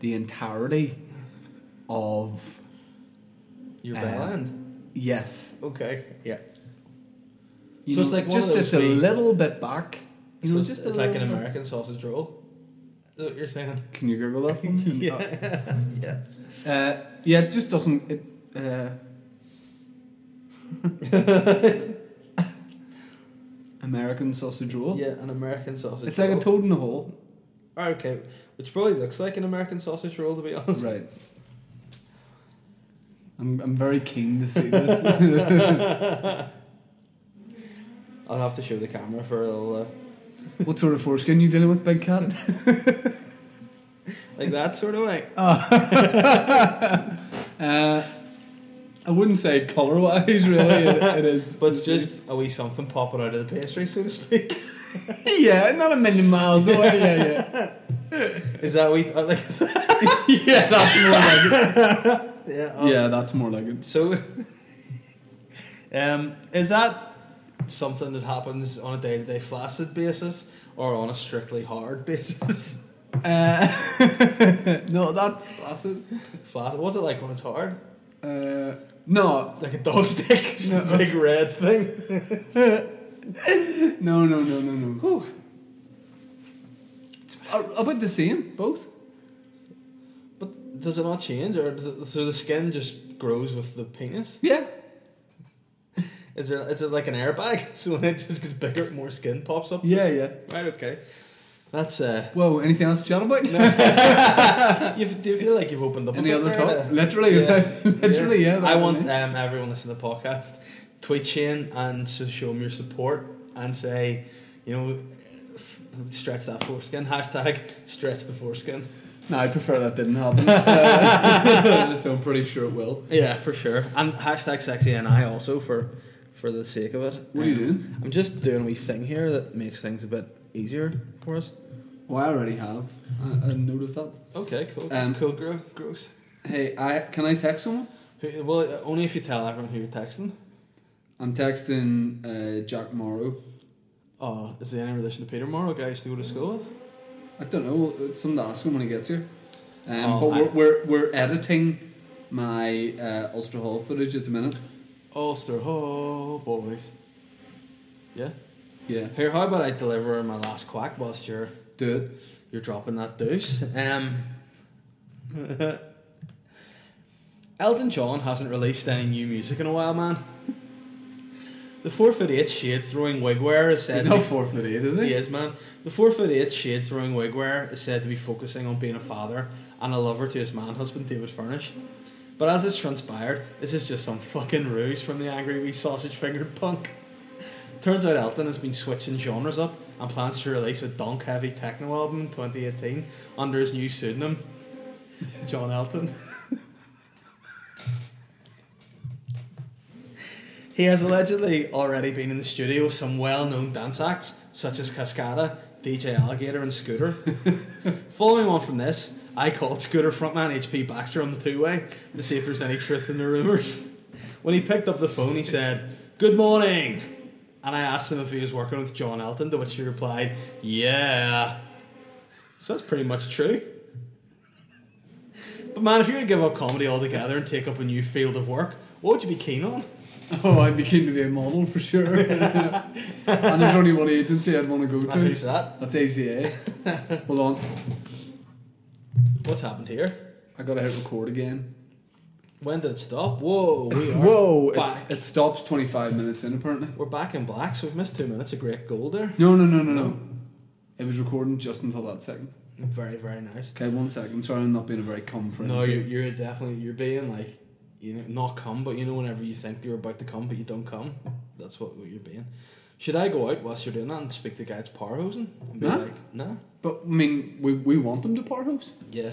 Speaker 4: the entirety of
Speaker 5: Your
Speaker 4: Uh,
Speaker 5: bell end.
Speaker 4: yes.
Speaker 5: Okay. Yeah.
Speaker 4: You
Speaker 5: So it's
Speaker 4: know,
Speaker 5: like
Speaker 4: it
Speaker 5: one of
Speaker 4: just
Speaker 5: those
Speaker 4: sits a
Speaker 5: wee-
Speaker 4: little bit back. You
Speaker 5: So
Speaker 4: know,
Speaker 5: it's-
Speaker 4: just a
Speaker 5: it's like
Speaker 4: little
Speaker 5: an
Speaker 4: bit.
Speaker 5: American sausage roll. Is that what you're saying?
Speaker 4: Can you Google that? for me?
Speaker 5: Yeah. Yeah.
Speaker 4: Uh, yeah, it just doesn't. It, uh, American sausage roll.
Speaker 5: Yeah, an American sausage.
Speaker 4: it's like a
Speaker 5: roll.
Speaker 4: toad in the hole.
Speaker 5: Oh, okay, which probably looks like an American sausage roll, to be honest.
Speaker 4: Right. I'm, I'm very keen to see this.
Speaker 5: I'll have to show the camera for a little. Uh,
Speaker 4: What sort of foreskin you dealing with, big cat?
Speaker 5: like that sort of way.
Speaker 4: Uh, I wouldn't say colour wise, really. It, it is.
Speaker 5: But it's just a wee something popping out of the pastry, so to speak.
Speaker 4: yeah, not a million miles away. Yeah,
Speaker 5: Is that we uh, like? is that-
Speaker 4: yeah. yeah, that's more like it.
Speaker 5: yeah. um,
Speaker 4: Yeah, that's more like it.
Speaker 5: So, um, is that something that happens on a day-to-day flaccid basis or on a strictly hard basis?
Speaker 4: Uh, no, that's flaccid.
Speaker 5: flaccid. What's it like when it's hard?
Speaker 4: Uh, no,
Speaker 5: Like a dog stick, just
Speaker 4: No.
Speaker 5: a big red thing.
Speaker 4: no, no, no, no, no. It's a- about the same, both.
Speaker 5: But does it not change, or does it, so the skin just grows with the penis?
Speaker 4: Yeah.
Speaker 5: Is there? Is it like an airbag? So when it just gets bigger, more skin pops up.
Speaker 4: Yeah, yeah.
Speaker 5: Right. Okay. That's uh.
Speaker 4: Whoa, anything else to chat about?
Speaker 5: You f- do you feel like you've opened up a
Speaker 4: Any
Speaker 5: bit
Speaker 4: other
Speaker 5: there
Speaker 4: talk?
Speaker 5: to-
Speaker 4: Literally, literally, yeah.
Speaker 5: I
Speaker 4: that
Speaker 5: want
Speaker 4: one, eh?
Speaker 5: um, everyone listening to the podcast tweet Shane and so show him your support and say, you know, f- stretch that foreskin. Hashtag stretch the foreskin.
Speaker 4: No, I prefer that didn't happen. Uh, so I'm pretty sure it will.
Speaker 5: Yeah, for sure. And hashtag sexy and I also for for the sake of it. Um,
Speaker 4: What are you doing?
Speaker 5: I'm just doing a wee thing here that makes things a bit easier for us.
Speaker 4: Well, I already have a, a note of that.
Speaker 5: Okay, cool.
Speaker 4: Um,
Speaker 5: cool, gro- gross.
Speaker 4: Hey, I can I text someone?
Speaker 5: Who- Well, only if you tell everyone who you're texting.
Speaker 4: I'm texting uh, Jack Morrow.
Speaker 5: Oh, is he any relation to Peter Morrow, a guy I used to go to school with?
Speaker 4: I don't know. It's something to ask him when he gets here. Um,
Speaker 5: Oh,
Speaker 4: but
Speaker 5: I-
Speaker 4: we're, we're we're editing my uh, Ulster Hall footage at the minute.
Speaker 5: Ulster, ho, boys. Yeah.
Speaker 4: Yeah,
Speaker 5: Here, how about I deliver my last quack whilst you're,
Speaker 4: do it.
Speaker 5: you're dropping that deuce? Um, Elton John hasn't released any new music in a while, man. The 4 foot 8 shade throwing wig wearer is said
Speaker 4: He's
Speaker 5: to
Speaker 4: not
Speaker 5: be-
Speaker 4: four foot eight, is he?
Speaker 5: He is, man. The 4 foot 8 shade throwing wig wearer is said to be focusing on being a father and a lover to his man husband, David Furnish. But as it's transpired, this is just some fucking ruse from the angry wee sausage fingered punk. Turns out Elton has been switching genres up and plans to release a donk heavy techno album in 2018 under his new pseudonym, John Elton. He has allegedly already been in the studio with some well known dance acts such as Cascada, DJ Alligator, and Scooter. Following on from this, I called Scooter frontman HP Baxter on the two way to see if there's any truth in the rumours. When he picked up the phone, he said, Good morning! And I asked him if he was working with John Elton, to which he replied, Yeah. So that's pretty much true. But man, if you were to give up comedy altogether and take up a new field of work, what would you be keen on?
Speaker 4: Oh, I became to be a model for sure. and there's only one agency I'd want to go
Speaker 5: And who's
Speaker 4: to.
Speaker 5: that?
Speaker 4: That's ACA. Hold on,
Speaker 5: What's happened here?
Speaker 4: I gotta hit record again.
Speaker 5: When did it stop? Whoa, we are
Speaker 4: Whoa! It's,
Speaker 5: back.
Speaker 4: it stops 25 minutes in apparently.
Speaker 5: We're back in black, so we've missed two minutes. A great goal there.
Speaker 4: No, no, no, no, no. It was recording just until that second.
Speaker 5: Very, very nice.
Speaker 4: Okay, one second. Sorry, I'm not being a very comforting.
Speaker 5: No, you're, you're definitely you're being like, you know, not come, but you know, whenever you think you're about to come, but you don't come, that's what, what you're being. Should I go out whilst you're doing that and speak to the guy that's power hosing and be
Speaker 4: Nah.
Speaker 5: like, nah,
Speaker 4: But I mean, we, we want them to part house.
Speaker 5: yeah.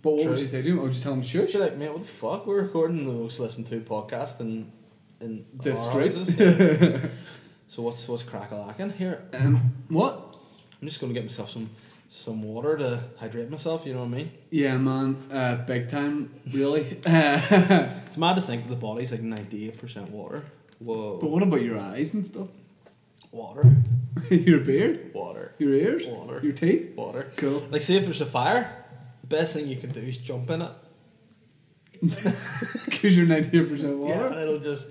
Speaker 4: But what
Speaker 5: True.
Speaker 4: would you say to him? Oh, would you tell him shush?
Speaker 5: Should I, mate? What the fuck? We're recording the most listened to podcast in in
Speaker 4: This
Speaker 5: our
Speaker 4: straight.
Speaker 5: houses. Yeah. so what's what's crack a lacking here?
Speaker 4: Um, what?
Speaker 5: I'm just gonna get myself some some water to hydrate myself. You know what I mean?
Speaker 4: Yeah, man. Uh, big time, really. Uh,
Speaker 5: It's mad to think that the body's like 98% water.
Speaker 4: but
Speaker 5: Whoa.
Speaker 4: what about your eyes and stuff?
Speaker 5: Water.
Speaker 4: your beard,
Speaker 5: Water.
Speaker 4: your ears,
Speaker 5: Water.
Speaker 4: your teeth.
Speaker 5: Water.
Speaker 4: Cool.
Speaker 5: Like, say if there's a fire, the best thing you can do is jump in it.
Speaker 4: Because you're 98% water.
Speaker 5: Yeah, and it'll just.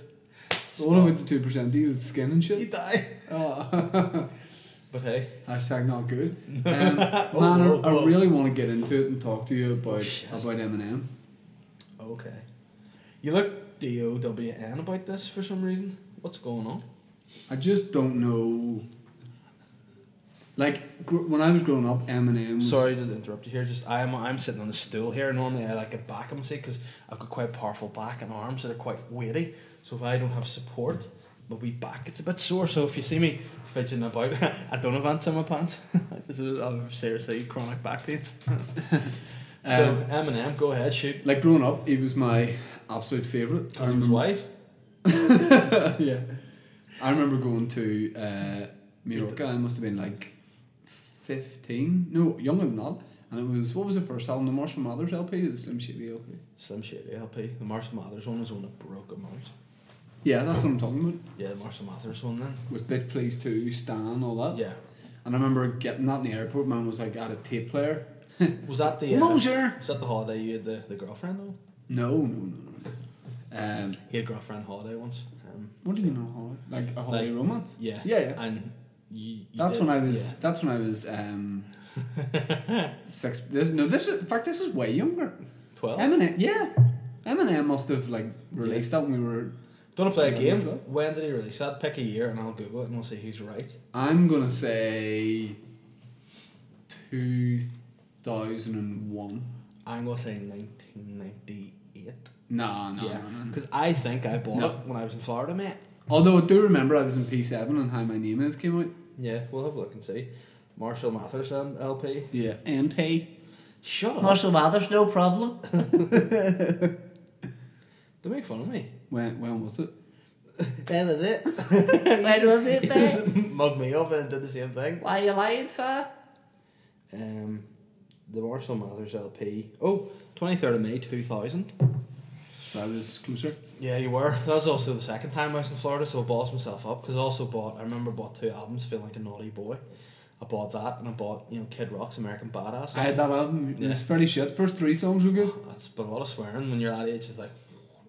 Speaker 4: But what about the 2% teeth? It's skin and
Speaker 5: You
Speaker 4: shit.
Speaker 5: die.
Speaker 4: Oh.
Speaker 5: But hey.
Speaker 4: Hashtag not good. Um,
Speaker 5: Oh,
Speaker 4: man,
Speaker 5: whoa,
Speaker 4: I, I
Speaker 5: whoa.
Speaker 4: really want to get into it and talk to you about
Speaker 5: shit.
Speaker 4: about Eminem.
Speaker 5: Okay. You look DOWN about this for some reason. What's going on?
Speaker 4: I just don't know. Like gr- when I was growing up, Eminem. Was,
Speaker 5: Sorry to interrupt you here. Just I'm I'm sitting on a stool here. Normally I like a back on my seat because I've got quite a powerful back and arms that are quite weighty. So if I don't have support, my wee back. It's a bit sore, so if you see me fidgeting about, I don't have ants in my pants. I just have seriously chronic back pains. so
Speaker 4: Um,
Speaker 5: Eminem, go ahead, shoot.
Speaker 4: Like growing up, he was my absolute favourite. I
Speaker 5: His
Speaker 4: remember-
Speaker 5: wife.
Speaker 4: yeah. I remember going to uh, Mallorca. I must have been like fifteen, no, younger than that. And it was what was the first album, the Marshall Mathers LP, or the Slim Shady LP?
Speaker 5: Some shitty LP. The Marshall Mathers one was one that broke him out.
Speaker 4: Yeah, that's what I'm talking about.
Speaker 5: Yeah, the Marshall Mathers one then.
Speaker 4: With Bit Please Too, Stan, all that.
Speaker 5: Yeah.
Speaker 4: And I remember getting that in the airport. Man was like, I had a tape player.
Speaker 5: Was that the uh,
Speaker 4: Moser!
Speaker 5: Was that the holiday you had the, the girlfriend though?
Speaker 4: No, no, no, no. Um,
Speaker 5: He had a girlfriend holiday once. Um,
Speaker 4: what do you know, Holly? Like a Holly
Speaker 5: Like-
Speaker 4: romance?
Speaker 5: yeah.
Speaker 4: Yeah, yeah.
Speaker 5: And you, you
Speaker 4: That's
Speaker 5: did-
Speaker 4: when I was.
Speaker 5: yeah.
Speaker 4: That's when I was. Um, six. This no. This is, in fact, this is way younger.
Speaker 5: 12?
Speaker 4: Eminem. Yeah. Eminem must have like released that when we were.
Speaker 5: Do you want to play a
Speaker 4: Yeah,
Speaker 5: game?
Speaker 4: go.
Speaker 5: When did he release that? Pick a year and I'll Google it and we'll see who's right.
Speaker 4: I'm gonna say. Two thousand and one.
Speaker 5: I'm going to say 1998.
Speaker 4: Nah, nah,
Speaker 5: yeah.
Speaker 4: nah, nah, nah.
Speaker 5: Because I think I bought
Speaker 4: No.
Speaker 5: it when I was in Florida, mate.
Speaker 4: Although I do remember I was in P seven and How My Name Is came out.
Speaker 5: Yeah, we'll have a look and see. Marshall Mathers um, LP.
Speaker 4: Yeah. NP.
Speaker 5: Shut up.
Speaker 2: Marshall Mathers, no problem.
Speaker 5: Don't make fun of me.
Speaker 4: When when was it?
Speaker 5: That was it.
Speaker 2: When was it, mate?
Speaker 5: Mug me up and did the same thing.
Speaker 2: Why are you lying for?
Speaker 5: Um, the Marshall Mathers LP. Oh, 23rd of May 2000.
Speaker 4: So I was closer.
Speaker 5: Yeah, you were. That was also the second time I was in Florida, so I bossed myself up because I also bought. I remember bought two albums, feeling like a naughty boy. I bought that and I bought you know Kid Rock's American Badass.
Speaker 4: I had that album. It
Speaker 5: Yeah.
Speaker 4: was fairly shit. First three songs were good.
Speaker 5: That's but a lot of swearing when you're that age is like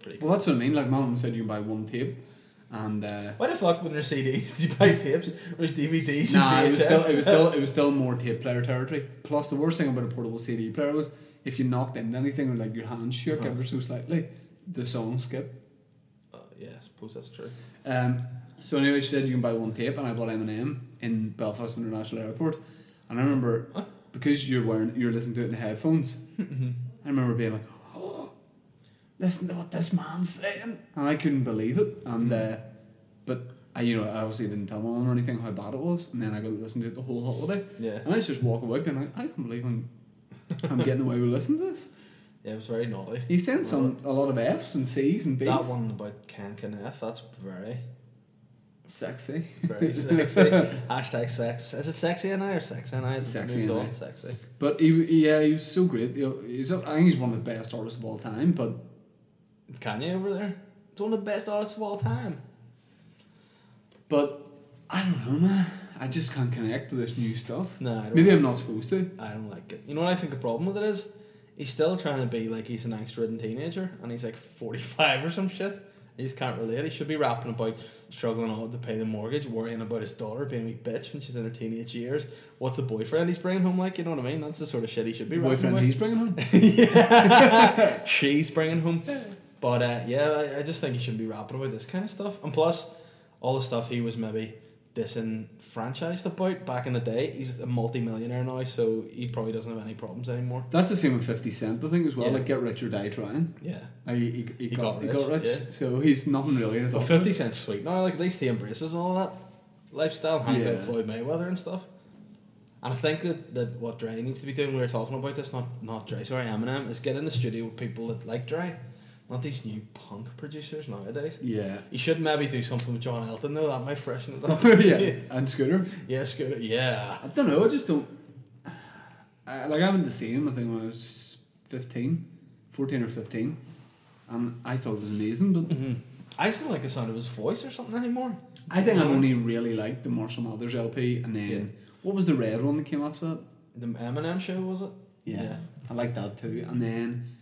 Speaker 5: pretty. Cool.
Speaker 4: Well, that's what I mean. Like my mum said, you can buy one tape, and uh,
Speaker 5: Why the fuck when there's CDs do you buy tapes? There's DVDs. you
Speaker 4: nah, it was
Speaker 5: VHS?
Speaker 4: still it was still it was still more tape player territory. Plus, the worst thing about a portable CD player was if you knocked into anything or like your hand shook
Speaker 5: Uh-huh.
Speaker 4: ever so slightly, the song skipped.
Speaker 5: Uh, yeah, I suppose that's true.
Speaker 4: Um, so anyway, she said you can buy one tape, and I bought Eminem in Belfast International Airport, and I remember because you're wearing you're listening to it in headphones.
Speaker 5: Mm-hmm.
Speaker 4: I remember being like, oh, listen to what this man's saying, and I couldn't believe it. And
Speaker 5: Mm-hmm.
Speaker 4: uh, but I, you know, I obviously didn't tell my mum or anything how bad it was, and then I got to listen to it the whole holiday.
Speaker 5: Yeah.
Speaker 4: and I was just walking away being like, I can't believe I'm, I'm getting away with listening to this.
Speaker 5: Yeah, it was very naughty.
Speaker 4: He sent some a lot of Fs and Cs and Bs.
Speaker 5: That one about Ken Kenneth, that's very,
Speaker 4: sexy.
Speaker 5: very sexy. Hashtag sex. Is it sexy and I or sex and I? It's
Speaker 4: Sexy
Speaker 5: moved
Speaker 4: and
Speaker 5: on,
Speaker 4: I.
Speaker 5: Sexy.
Speaker 4: But he, he- yeah, he was so great. You know, He's, I think he's one of the best artists of all time. But
Speaker 5: Kanye over there. It's one of the best artists of all time.
Speaker 4: but I don't know, man. I just can't connect to this new stuff.
Speaker 5: No, I don't.
Speaker 4: Maybe I'm not supposed to.
Speaker 5: I don't like it. You know what I think the problem with it is? He's still trying to be like he's an angst-ridden teenager, and he's like forty-five or some shit. He just can't relate. He should be rapping about struggling out to pay the mortgage, worrying about his daughter being a wee bitch when she's in her teenage years. What's the boyfriend he's bringing home like? You know what I mean? That's the sort of shit he should be.
Speaker 4: The
Speaker 5: rapping
Speaker 4: boyfriend
Speaker 5: about.
Speaker 4: he's bringing home.
Speaker 5: Yeah. she's bringing home. But uh, yeah, I, I just think he shouldn't be rapping about this kind of stuff. And plus, all the stuff he was maybe disenfranchised about back in the day. He's a multi-millionaire now, so he probably doesn't have any problems anymore.
Speaker 4: That's the same with Fifty Cent, I think, as well.
Speaker 5: Yeah.
Speaker 4: Like get rich or die trying.
Speaker 5: Yeah.
Speaker 4: Like, he, he, he, got,
Speaker 5: got
Speaker 4: he got
Speaker 5: rich,
Speaker 4: rich,
Speaker 5: yeah.
Speaker 4: so he's nothing really at all.
Speaker 5: But 50 Cent's sweet now, like at least he embraces all that lifestyle, hangs out
Speaker 4: Yeah.
Speaker 5: with Floyd Mayweather and stuff. And I think that, that what Dre needs to be doing, we were talking about this, not not Dre, sorry, Eminem, is get in the studio with people that like Dre. Not these new punk producers nowadays.
Speaker 4: Yeah,
Speaker 5: You should maybe do something with John Elton though. That might freshen it up.
Speaker 4: yeah, and Scooter.
Speaker 5: yeah, good. Yeah.
Speaker 4: I don't know. I just don't. I, like I haven't the same. I think when I was 15, 14 or fifteen, and I thought it was amazing, but.
Speaker 5: I just don't like the sound of his voice or something anymore.
Speaker 4: I think I only really liked the Marshall Mathers LP, and then what was the red one that came after that?
Speaker 5: the Eminem show was it?
Speaker 4: I liked that too. And then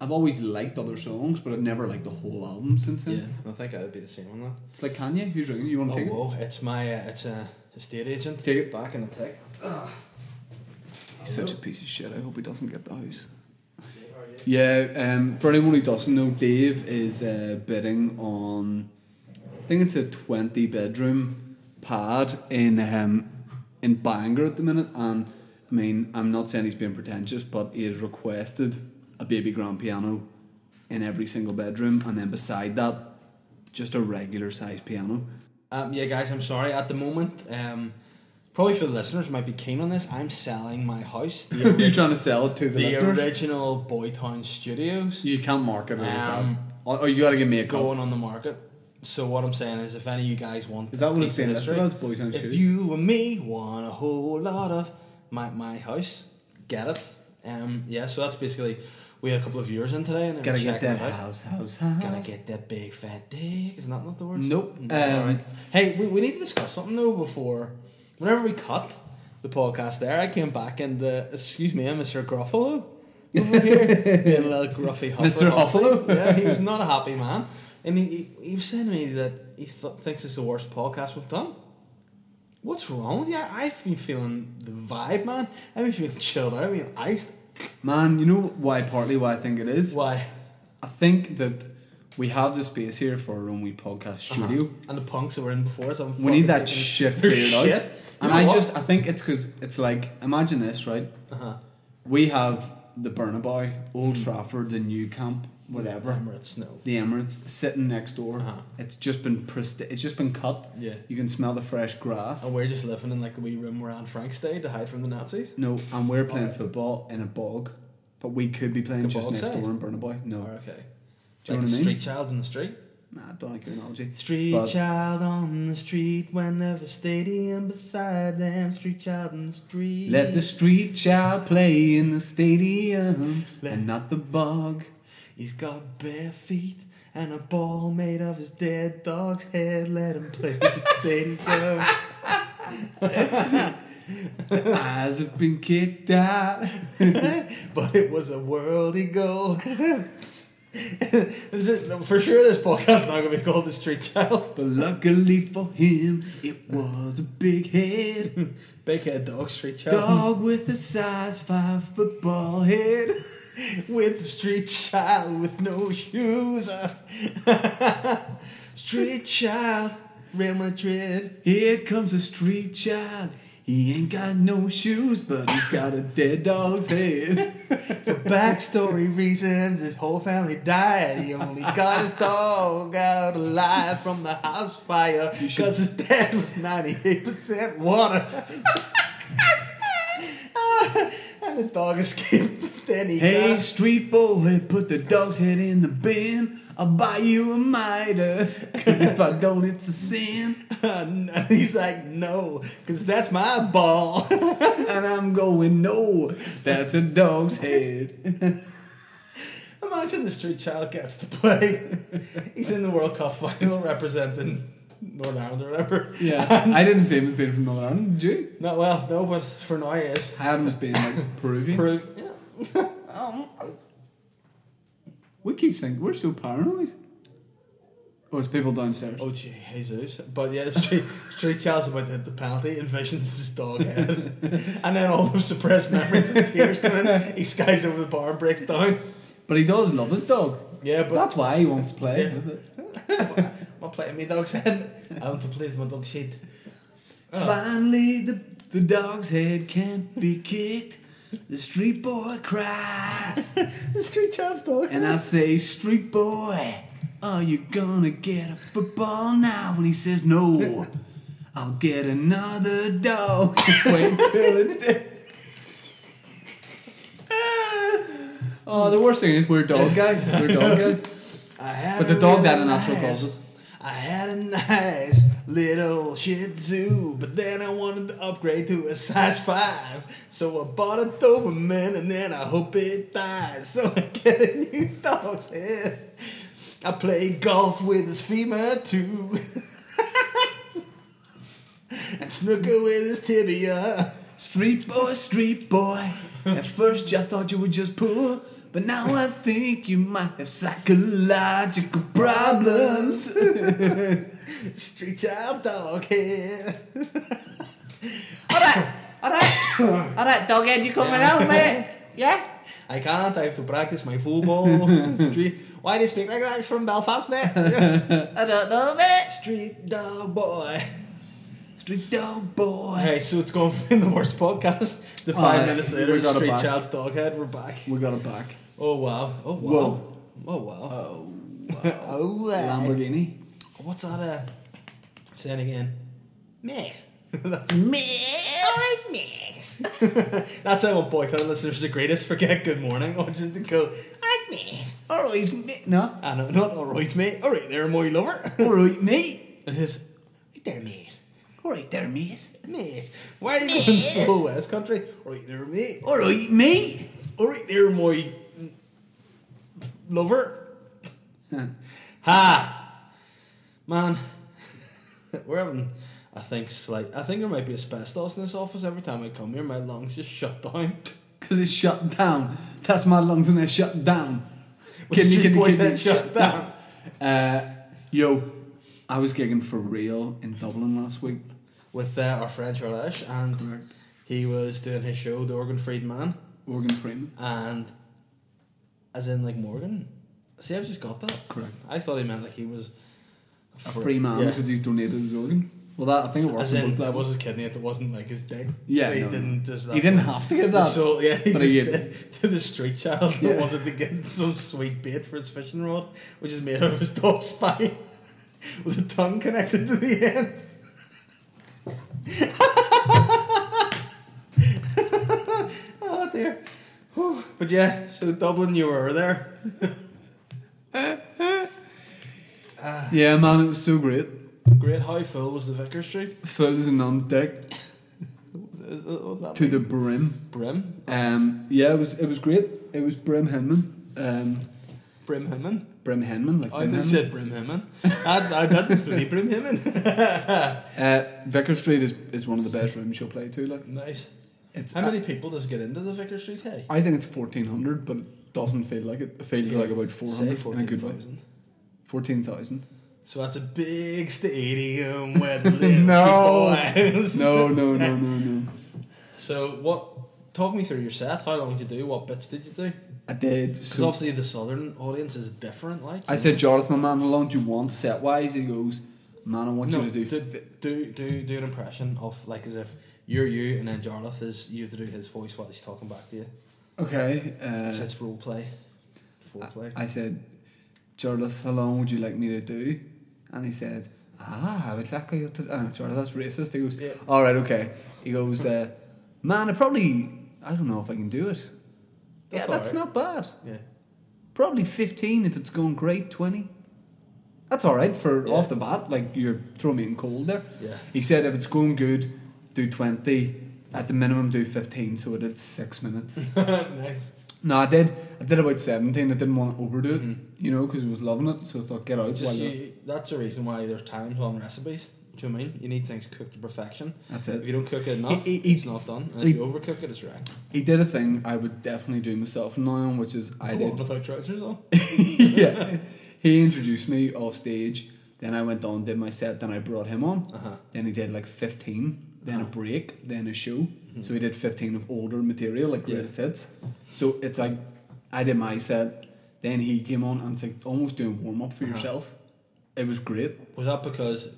Speaker 4: I've always liked other songs, but I've never liked the whole album since
Speaker 5: Yeah.
Speaker 4: then.
Speaker 5: I think I would be the same on that.
Speaker 4: It's like Kanye, who's ringing? You want
Speaker 5: Oh
Speaker 4: to take
Speaker 5: whoa, it's my uh, it's a estate agent.
Speaker 4: Take it.
Speaker 5: back in the tech.
Speaker 4: it? He's such a piece of shit. I hope he doesn't get the house. Yeah, um, for anyone who doesn't know, Dave is uh, bidding on. I think it's a twenty bedroom pad in um, in Bangor at the minute, and I mean I'm not saying he's being pretentious, but he has requested a baby grand piano in every single bedroom, and then beside that, Just a regular sized piano.
Speaker 5: Um, yeah, guys, I'm sorry. At the moment, um, probably for the listeners might be keen on this. I'm selling my house. The,
Speaker 4: You're
Speaker 5: orig-
Speaker 4: trying to sell it to the,
Speaker 5: the
Speaker 4: listeners?
Speaker 5: original Boytown Studios
Speaker 4: You can't market it as
Speaker 5: Um,
Speaker 4: that. Oh, oh, you gotta give me a call.
Speaker 5: going on the market. So what I'm saying is, if any of you guys want,
Speaker 4: Is that what it's
Speaker 5: a piece of
Speaker 4: saying listed
Speaker 5: history,
Speaker 4: as, Boytown
Speaker 5: If
Speaker 4: Studios?
Speaker 5: you and me want a whole lot of my my house, get it. Um, yeah. So that's basically we had a couple of viewers in today, and they were
Speaker 4: Gotta get
Speaker 5: checking
Speaker 4: that
Speaker 5: it out.
Speaker 4: house, house, house.
Speaker 5: Gotta get that big fat dick. Isn't that not the words?
Speaker 4: Nope.
Speaker 5: No,
Speaker 4: Um,
Speaker 5: alright. Hey, we, we need to discuss something though before. Whenever we cut the podcast there, I came back and the excuse me, Mr. Gruffalo over here, being a little gruffy
Speaker 4: Mr. Huffalo?
Speaker 5: yeah, he was not a happy man. And he, he, he was saying to me that he th- thinks it's the worst podcast we've done. What's wrong with you? I- I've been feeling the vibe, man. I've been feeling chilled out. I mean, iced.
Speaker 4: Man, you know why? Partly why I think it is.
Speaker 5: Why?
Speaker 4: I think that we have the space here for our own wee podcast
Speaker 5: Uh-huh.
Speaker 4: studio.
Speaker 5: And the punks that were in before us.
Speaker 4: We need that shit cleared out.
Speaker 5: Shit.
Speaker 4: And I just, I think it's because it's like, imagine this, right?
Speaker 5: Uh-huh.
Speaker 4: We have the Burnaby, Old
Speaker 5: Mm.
Speaker 4: Trafford, the New Camp, whatever,
Speaker 5: Emirates, no.
Speaker 4: the Emirates sitting next door.
Speaker 5: Uh-huh.
Speaker 4: It's just been presti- It's just been cut.
Speaker 5: Yeah.
Speaker 4: You can smell the fresh grass.
Speaker 5: And we're just living in like a wee room where Anne Frank stayed to hide from the Nazis.
Speaker 4: no, and
Speaker 5: Oh,
Speaker 4: we're playing football in a bog, but we could be playing
Speaker 5: Like a
Speaker 4: just
Speaker 5: bog
Speaker 4: next
Speaker 5: side?
Speaker 4: door in Burnaby. No,
Speaker 5: Or
Speaker 4: Do
Speaker 5: okay.
Speaker 4: you
Speaker 5: like
Speaker 4: know what I
Speaker 5: a
Speaker 4: mean?
Speaker 5: street child in the street.
Speaker 4: nah, I don't like your analogy.
Speaker 5: Street
Speaker 4: But-
Speaker 5: child on the street, whenever stadium beside them. Street child in the street.
Speaker 4: Let the street child play in the stadium
Speaker 5: Let-
Speaker 4: and not the bog.
Speaker 5: He's got bare feet and a ball made of his dead dog's head. Let him play in the stadium.
Speaker 4: Eyes have been kicked out.
Speaker 5: but it was a worldy goal. This is- for sure, this podcast is not going to be called The Street Child.
Speaker 4: But luckily for him, it was a big head.
Speaker 5: Big head dog, Street Child.
Speaker 4: Dog with a size 5 football head.
Speaker 5: with the street child with no shoes on. street child, Real Madrid.
Speaker 4: Here comes a street child. He ain't got no shoes, but he's got a dead dog's head.
Speaker 5: For backstory reasons, his whole family died. He only got his dog out alive from the house fire
Speaker 4: should-
Speaker 5: because his dad was 98% water. Ah, and the dog escaped. Then he
Speaker 4: Hey,
Speaker 5: got-
Speaker 4: street boy, put the dog's head in the bin. I'll buy you a mitre. Cause if I don't, it's a sin.
Speaker 5: and he's like, no, because that's my ball.
Speaker 4: And I'm going, no, that's a dog's head.
Speaker 5: Imagine the street child gets to play. He's in the World Cup final representing Northern Ireland or whatever.
Speaker 4: Yeah, I didn't see him as being from Northern Ireland, did you?
Speaker 5: Not well, no, but for now he is.
Speaker 4: I had him as being like Peruvian.
Speaker 5: Prove. Yeah.
Speaker 4: we keep thinking, we're so paranoid. Oh, it's people downstairs.
Speaker 5: Oh, gee, Jesus. But yeah, the street, street child's about to hit the penalty, envisions his dog head. and then all those suppressed memories and tears come in. He skies over the bar and breaks down.
Speaker 4: But he does love his dog.
Speaker 5: Yeah, but-
Speaker 4: That's why he wants to play.
Speaker 5: Yeah.
Speaker 4: with it.
Speaker 5: I'm not playing me dog's head. I want to play with my dog's head.
Speaker 4: Finally, the, the dog's head can't be kicked. The street boy cries.
Speaker 5: The street child's dog.
Speaker 4: And I say, Street boy, are you gonna get a football now? And he says, No, I'll get another dog. Wait till it's dead. Oh, the worst thing is we're dog guys. We're dog guys.
Speaker 5: I had
Speaker 4: But the
Speaker 5: a
Speaker 4: dog died
Speaker 5: really
Speaker 4: of natural
Speaker 5: nice-
Speaker 4: causes.
Speaker 5: I had a nice little Shih Tzu, but then I wanted to upgrade to a size five, so I bought a Doberman, and then I hope it dies, so I get a new dog's head. I play golf with his femur too, and snooker with his tibia.
Speaker 4: Street boy, street boy. At first, I thought you were just poor, but now I think you might have psychological problems.
Speaker 5: Street child dog head.
Speaker 2: Alright, alright, alright, doghead, you coming out, mate? Yeah?
Speaker 5: I can't. I have to practice my football. Street. Why do you speak like that? You're from Belfast, mate.
Speaker 2: I don't know, mate.
Speaker 5: Street dog boy.
Speaker 4: Street dog boy.
Speaker 5: Hey, so it's going from being the worst podcast. The five
Speaker 4: Alright,
Speaker 5: minutes
Speaker 4: we
Speaker 5: later,
Speaker 4: got it
Speaker 5: Street
Speaker 4: back.
Speaker 5: Child's Doghead. We're back.
Speaker 4: We got it back.
Speaker 5: Oh wow. Oh wow.
Speaker 4: Whoa.
Speaker 5: Oh wow.
Speaker 4: Oh,
Speaker 5: Oh wow.
Speaker 4: Lamborghini.
Speaker 5: What's that? Uh, saying again, mate. That's
Speaker 2: Miss.
Speaker 5: That's how my boycott listeners are the greatest forget good morning or just to go, I'm mate.
Speaker 2: Alright, mate. No.
Speaker 5: I know, Ah, not alright, mate. Alright there, my lover.
Speaker 2: Alright, mate.
Speaker 5: it is, right there, mate.
Speaker 2: Alright there, mate.
Speaker 5: Mate. Why are you going so West Country? Right there, mate.
Speaker 2: Alright, mate.
Speaker 5: Alright there, my lover. ha! Man, we're having, I think, slight. I think there might be asbestos in this office every time I come here. My lungs just shut down.
Speaker 4: Because it's shut down. That's my lungs and they're shut down.
Speaker 5: Which
Speaker 4: Kidney,
Speaker 5: three
Speaker 4: kidney,
Speaker 5: boys
Speaker 4: kidney,
Speaker 5: had shut down.
Speaker 4: Uh, yo, I was gigging for real in Dublin last week.
Speaker 5: with uh, our friend Charlesh, and
Speaker 4: Correct.
Speaker 5: he was doing his show, The Organ Freed Man,
Speaker 4: Morgan Freeman.
Speaker 5: and as in like Morgan. See, I've just got that.
Speaker 4: Correct.
Speaker 5: I thought he meant like he was
Speaker 4: A free man
Speaker 5: Yeah.
Speaker 4: because he's donated his organ. Well, that I think it works.
Speaker 5: As
Speaker 4: in
Speaker 5: in,
Speaker 4: both
Speaker 5: that was
Speaker 4: levels.
Speaker 5: his kidney. It wasn't like his dick.
Speaker 4: Yeah,
Speaker 5: he
Speaker 4: no,
Speaker 5: didn't
Speaker 4: no.
Speaker 5: just. That
Speaker 4: He didn't have to give that.
Speaker 5: So yeah, he
Speaker 4: but
Speaker 5: just
Speaker 4: he gave it.
Speaker 5: did to the street child who
Speaker 4: Yeah.
Speaker 5: wanted to get some sweet bait for his fishing rod, which is made out of his dog's spine, with a tongue connected to the end. oh dear. Whew. But yeah, so Dublin, you were there.
Speaker 4: Yeah, man, it was so great.
Speaker 5: Great. How full was the Vicar Street?
Speaker 4: Full as a nun's dick
Speaker 5: Is- was that
Speaker 4: to the brim.
Speaker 5: Brim?
Speaker 4: Um, yeah, it was it was great. It was Brim Henman. Um,
Speaker 5: Brim Hinman?
Speaker 4: Brim Henman, like
Speaker 5: I
Speaker 4: Brim
Speaker 5: think
Speaker 4: Henman.
Speaker 5: you said Brim Hinman. I, I didn't really Brim Hinman.
Speaker 4: Uh, Vicar Street is, is one of the best rooms you'll play to. Like,
Speaker 5: nice.
Speaker 4: it's
Speaker 5: How many people does get into the Vicar Street? Hey,
Speaker 4: I think it's fourteen hundred, but it doesn't feel like it. It feels like about four
Speaker 5: Say
Speaker 4: hundred in a good way.
Speaker 5: 14,000.
Speaker 4: Fourteen thousand.
Speaker 5: So that's a big stadium with little
Speaker 4: No.
Speaker 5: boys.
Speaker 4: No, no, no, no, no.
Speaker 5: So what? Talk me through your set. How long did you do? What bits did you do?
Speaker 4: I did.
Speaker 5: Because
Speaker 4: So
Speaker 5: obviously the southern audience is different. Like
Speaker 4: I said, Jonathan, man, how long do you want set wise? He goes, man, I want
Speaker 5: no,
Speaker 4: you to do.
Speaker 5: do, do do do an impression of like as if you're you and then Jarlath is you have to do his voice while he's talking back to you.
Speaker 4: okay. Uh,
Speaker 5: So it's role play, foreplay.
Speaker 4: I said, Jarlath, how long would you like me to do? And he said, Ah, I would like you to. And Jarlath, that's racist. He goes,
Speaker 5: Yeah.
Speaker 4: All right, okay. He goes, uh, Man, I probably. I don't know if I can do it. yeah,
Speaker 5: That's
Speaker 4: that's
Speaker 5: all
Speaker 4: not bad.
Speaker 5: yeah.
Speaker 4: Probably 15 if it's going great, 20. That's all right for
Speaker 5: Yeah.
Speaker 4: off the bat. Like, you're throwing me in cold there.
Speaker 5: Yeah.
Speaker 4: He said, if it's going good, do 20. At the minimum, do 15. So I did six minutes.
Speaker 5: nice.
Speaker 4: No, I did. I did about seventeen. I didn't want to overdo it, you know, because I was loving it. So I thought, get out.
Speaker 5: Mm-hmm. Just
Speaker 4: while you're-
Speaker 5: you, that's the reason why there's times on recipes. Do you know what I mean? You need things cooked to perfection.
Speaker 4: That's
Speaker 5: If
Speaker 4: it.
Speaker 5: you don't cook it enough,
Speaker 4: He- he-
Speaker 5: it's not done. And
Speaker 4: he-
Speaker 5: if you overcook it, it's wrecked.
Speaker 4: He did a thing I would definitely do myself now on, which is I
Speaker 5: Go on
Speaker 4: did.
Speaker 5: without trousers on.
Speaker 4: yeah, he introduced me off stage. Then I went on, did my set. Then I brought him on.
Speaker 5: Uh-huh.
Speaker 4: Then he did like fifteen. Then a break. Then a show. So he did fifteen of older material, like
Speaker 5: Mm-hmm. Yeah.
Speaker 4: greatest hits. So it's like I did my set. Then he came on and it's like almost doing warm up for
Speaker 5: Uh-huh.
Speaker 4: yourself. It was great.
Speaker 5: Was that because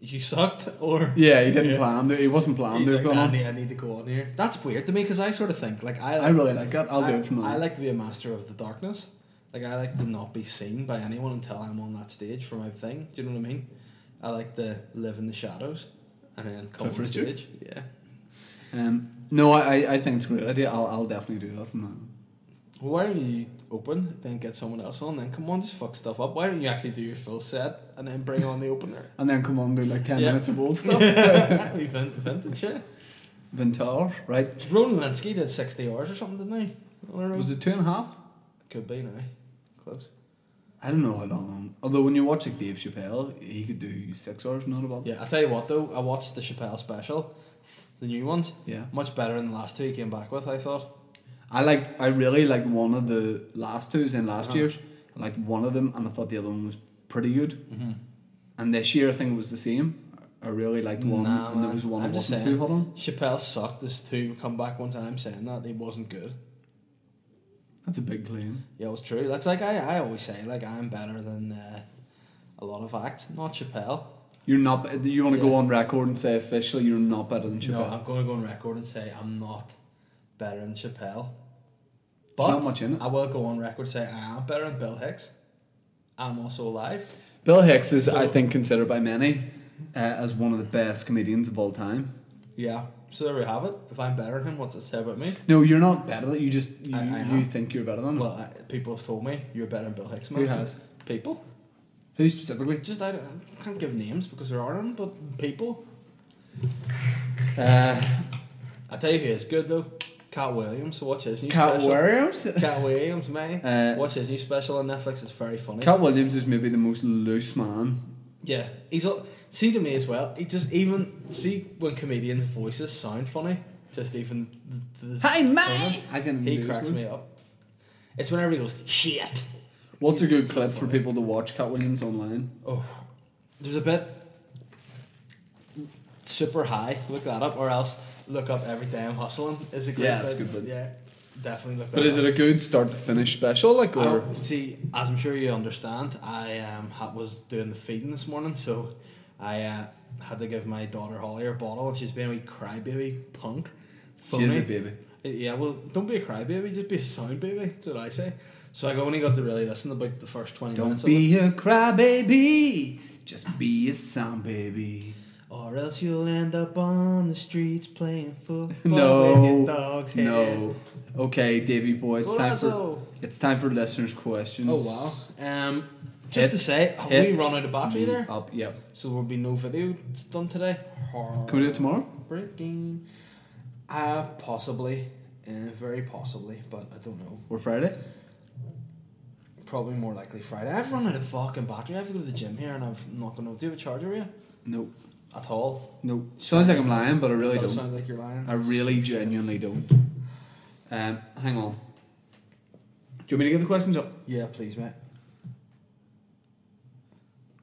Speaker 5: you sucked or?
Speaker 4: Yeah, he didn't
Speaker 5: Yeah.
Speaker 4: plan. to- He wasn't planned.
Speaker 5: He's
Speaker 4: to
Speaker 5: like,
Speaker 4: go on.
Speaker 5: "Nah, nah, I need to go on here. That's weird to me because I sort of think like I. Like,
Speaker 4: I really like that. I'll do it from now.
Speaker 5: I
Speaker 4: on.
Speaker 5: like to be a master of the darkness. Like I like to not be seen by anyone until I'm on that stage for my thing. Do you know what I mean? I like to live in the shadows and then come on
Speaker 4: Clifford
Speaker 5: stage.
Speaker 4: Richard?
Speaker 5: Yeah.
Speaker 4: Um, no, I, I, I think it's a great idea. I'll, I'll definitely do that from now. on.
Speaker 5: Well, why don't you open, then get someone else on, then come on, just fuck stuff up. Why don't you actually do your full set and then bring on the opener?
Speaker 4: And then come on, do like ten
Speaker 5: Yeah.
Speaker 4: minutes of old stuff.
Speaker 5: That'd be vin- vintage, yeah.
Speaker 4: Vintage, right?
Speaker 5: Ronan Linsky did 60 hours or something, didn't he? On a road?
Speaker 4: Was it two and a half?
Speaker 5: Could be now. Close.
Speaker 4: I don't know how long. Although when you watch like Dave Chappelle, he could do six hours, not about.
Speaker 5: Yeah, I tell you what though, I watched the Chappelle special, the new ones.
Speaker 4: Yeah.
Speaker 5: Much better than the last two he came back with, I thought.
Speaker 4: I liked. I really liked one of the last twos in last
Speaker 5: Uh-huh.
Speaker 4: year's. I liked one of them, and I thought the other one was pretty good.
Speaker 5: Mm-hmm.
Speaker 4: And this year, I think it was the same. I really liked one,
Speaker 5: Nah,
Speaker 4: and there
Speaker 5: man.
Speaker 4: was one I
Speaker 5: I'm just
Speaker 4: wasn't
Speaker 5: saying.
Speaker 4: too hot on.
Speaker 5: Chappelle sucked, this two come back one time saying that, it wasn't good.
Speaker 4: That's a big claim.
Speaker 5: Yeah, it was true. That's like I, I always say, like I'm better than uh, a lot of acts, not Chappelle.
Speaker 4: You're not. You want to go
Speaker 5: Yeah.
Speaker 4: on record and say officially you're not better than Chappelle.
Speaker 5: No, I'm going to go on record and say I'm not better than Chappelle.
Speaker 4: not much in it.
Speaker 5: I will go on record and say I am better than Bill Hicks. I'm also alive.
Speaker 4: Bill Hicks is, I think, considered by many uh, as one of the best comedians of all time.
Speaker 5: Yeah. So there we have it. If I'm better than him, what's it say about me?
Speaker 4: No, you're not better than you just you,
Speaker 5: I- I
Speaker 4: you
Speaker 5: am.
Speaker 4: think you're better than him.
Speaker 5: Well, I, people have told me you're better than Bill Hicks. Man.
Speaker 4: Who has?
Speaker 5: People.
Speaker 4: Who specifically?
Speaker 5: Just I, don't- I can't give names because there are none, but people.
Speaker 4: Uh,
Speaker 5: I tell you who is good though. Cat Williams. So watch his new
Speaker 4: Cat
Speaker 5: special.
Speaker 4: Williams.
Speaker 5: Cat Williams, mate.
Speaker 4: Uh,
Speaker 5: watch his new special on Netflix. It's very funny.
Speaker 4: Cat Williams is maybe the most loose man.
Speaker 5: Yeah, he's all, see to me as well. He just even see when comedians' voices sound funny. Just even the, the
Speaker 4: Hey, mate! I can
Speaker 5: he
Speaker 4: do
Speaker 5: cracks
Speaker 4: this.
Speaker 5: me up. It's whenever he goes shit.
Speaker 4: What's a good clip for people to watch Cat Williams online?
Speaker 5: Oh, there's a bit super high. Look that up, or else look up every day I'm hustling. Is a great
Speaker 4: Yeah, it's
Speaker 5: bit.
Speaker 4: a good bit.
Speaker 5: Yeah, definitely look.
Speaker 4: But
Speaker 5: that
Speaker 4: is
Speaker 5: up.
Speaker 4: it a good start to finish special? Like, or
Speaker 5: I- Oh, see, as I'm sure you understand, I um, ha- was doing the feeding this morning, so I uh, had to give my daughter Holly her bottle, and she's being a wee crybaby punk.
Speaker 4: she is
Speaker 5: Phony.
Speaker 4: a baby.
Speaker 5: Yeah, well, don't be a crybaby, just be a sound baby. That's what I say. So I only got to really listen about the first 20 minutes
Speaker 4: Don't
Speaker 5: of it.
Speaker 4: be a crybaby, just be a sound baby.
Speaker 5: Or else you'll end up on the streets playing football with
Speaker 4: No,
Speaker 5: your dog's head.
Speaker 4: no. Okay, Davy boy, it's
Speaker 5: Go
Speaker 4: time for
Speaker 5: Lasso.
Speaker 4: it's time for listeners' questions.
Speaker 5: Oh, wow. Um,
Speaker 4: Hit-
Speaker 5: just to say, have
Speaker 4: hit Mm.
Speaker 5: we run out of battery
Speaker 4: Me
Speaker 5: there?
Speaker 4: Up, yep.
Speaker 5: So there will be no video done today.
Speaker 4: Can we do it tomorrow?
Speaker 5: Breaking. Uh, possibly. Uh, very possibly, but I don't know.
Speaker 4: Or Friday?
Speaker 5: Probably more likely Friday. I've run out of fucking battery. I have to go to the gym here and I'm not going to do you have a charger with you
Speaker 4: Nope.
Speaker 5: at all.
Speaker 4: Nope. Sounds like I'm lying, but I really
Speaker 5: Does
Speaker 4: don't.
Speaker 5: sound like you're lying.
Speaker 4: I really genuinely don't. Um, hang on. Do you want me to get the questions up?
Speaker 5: Yeah, please, mate.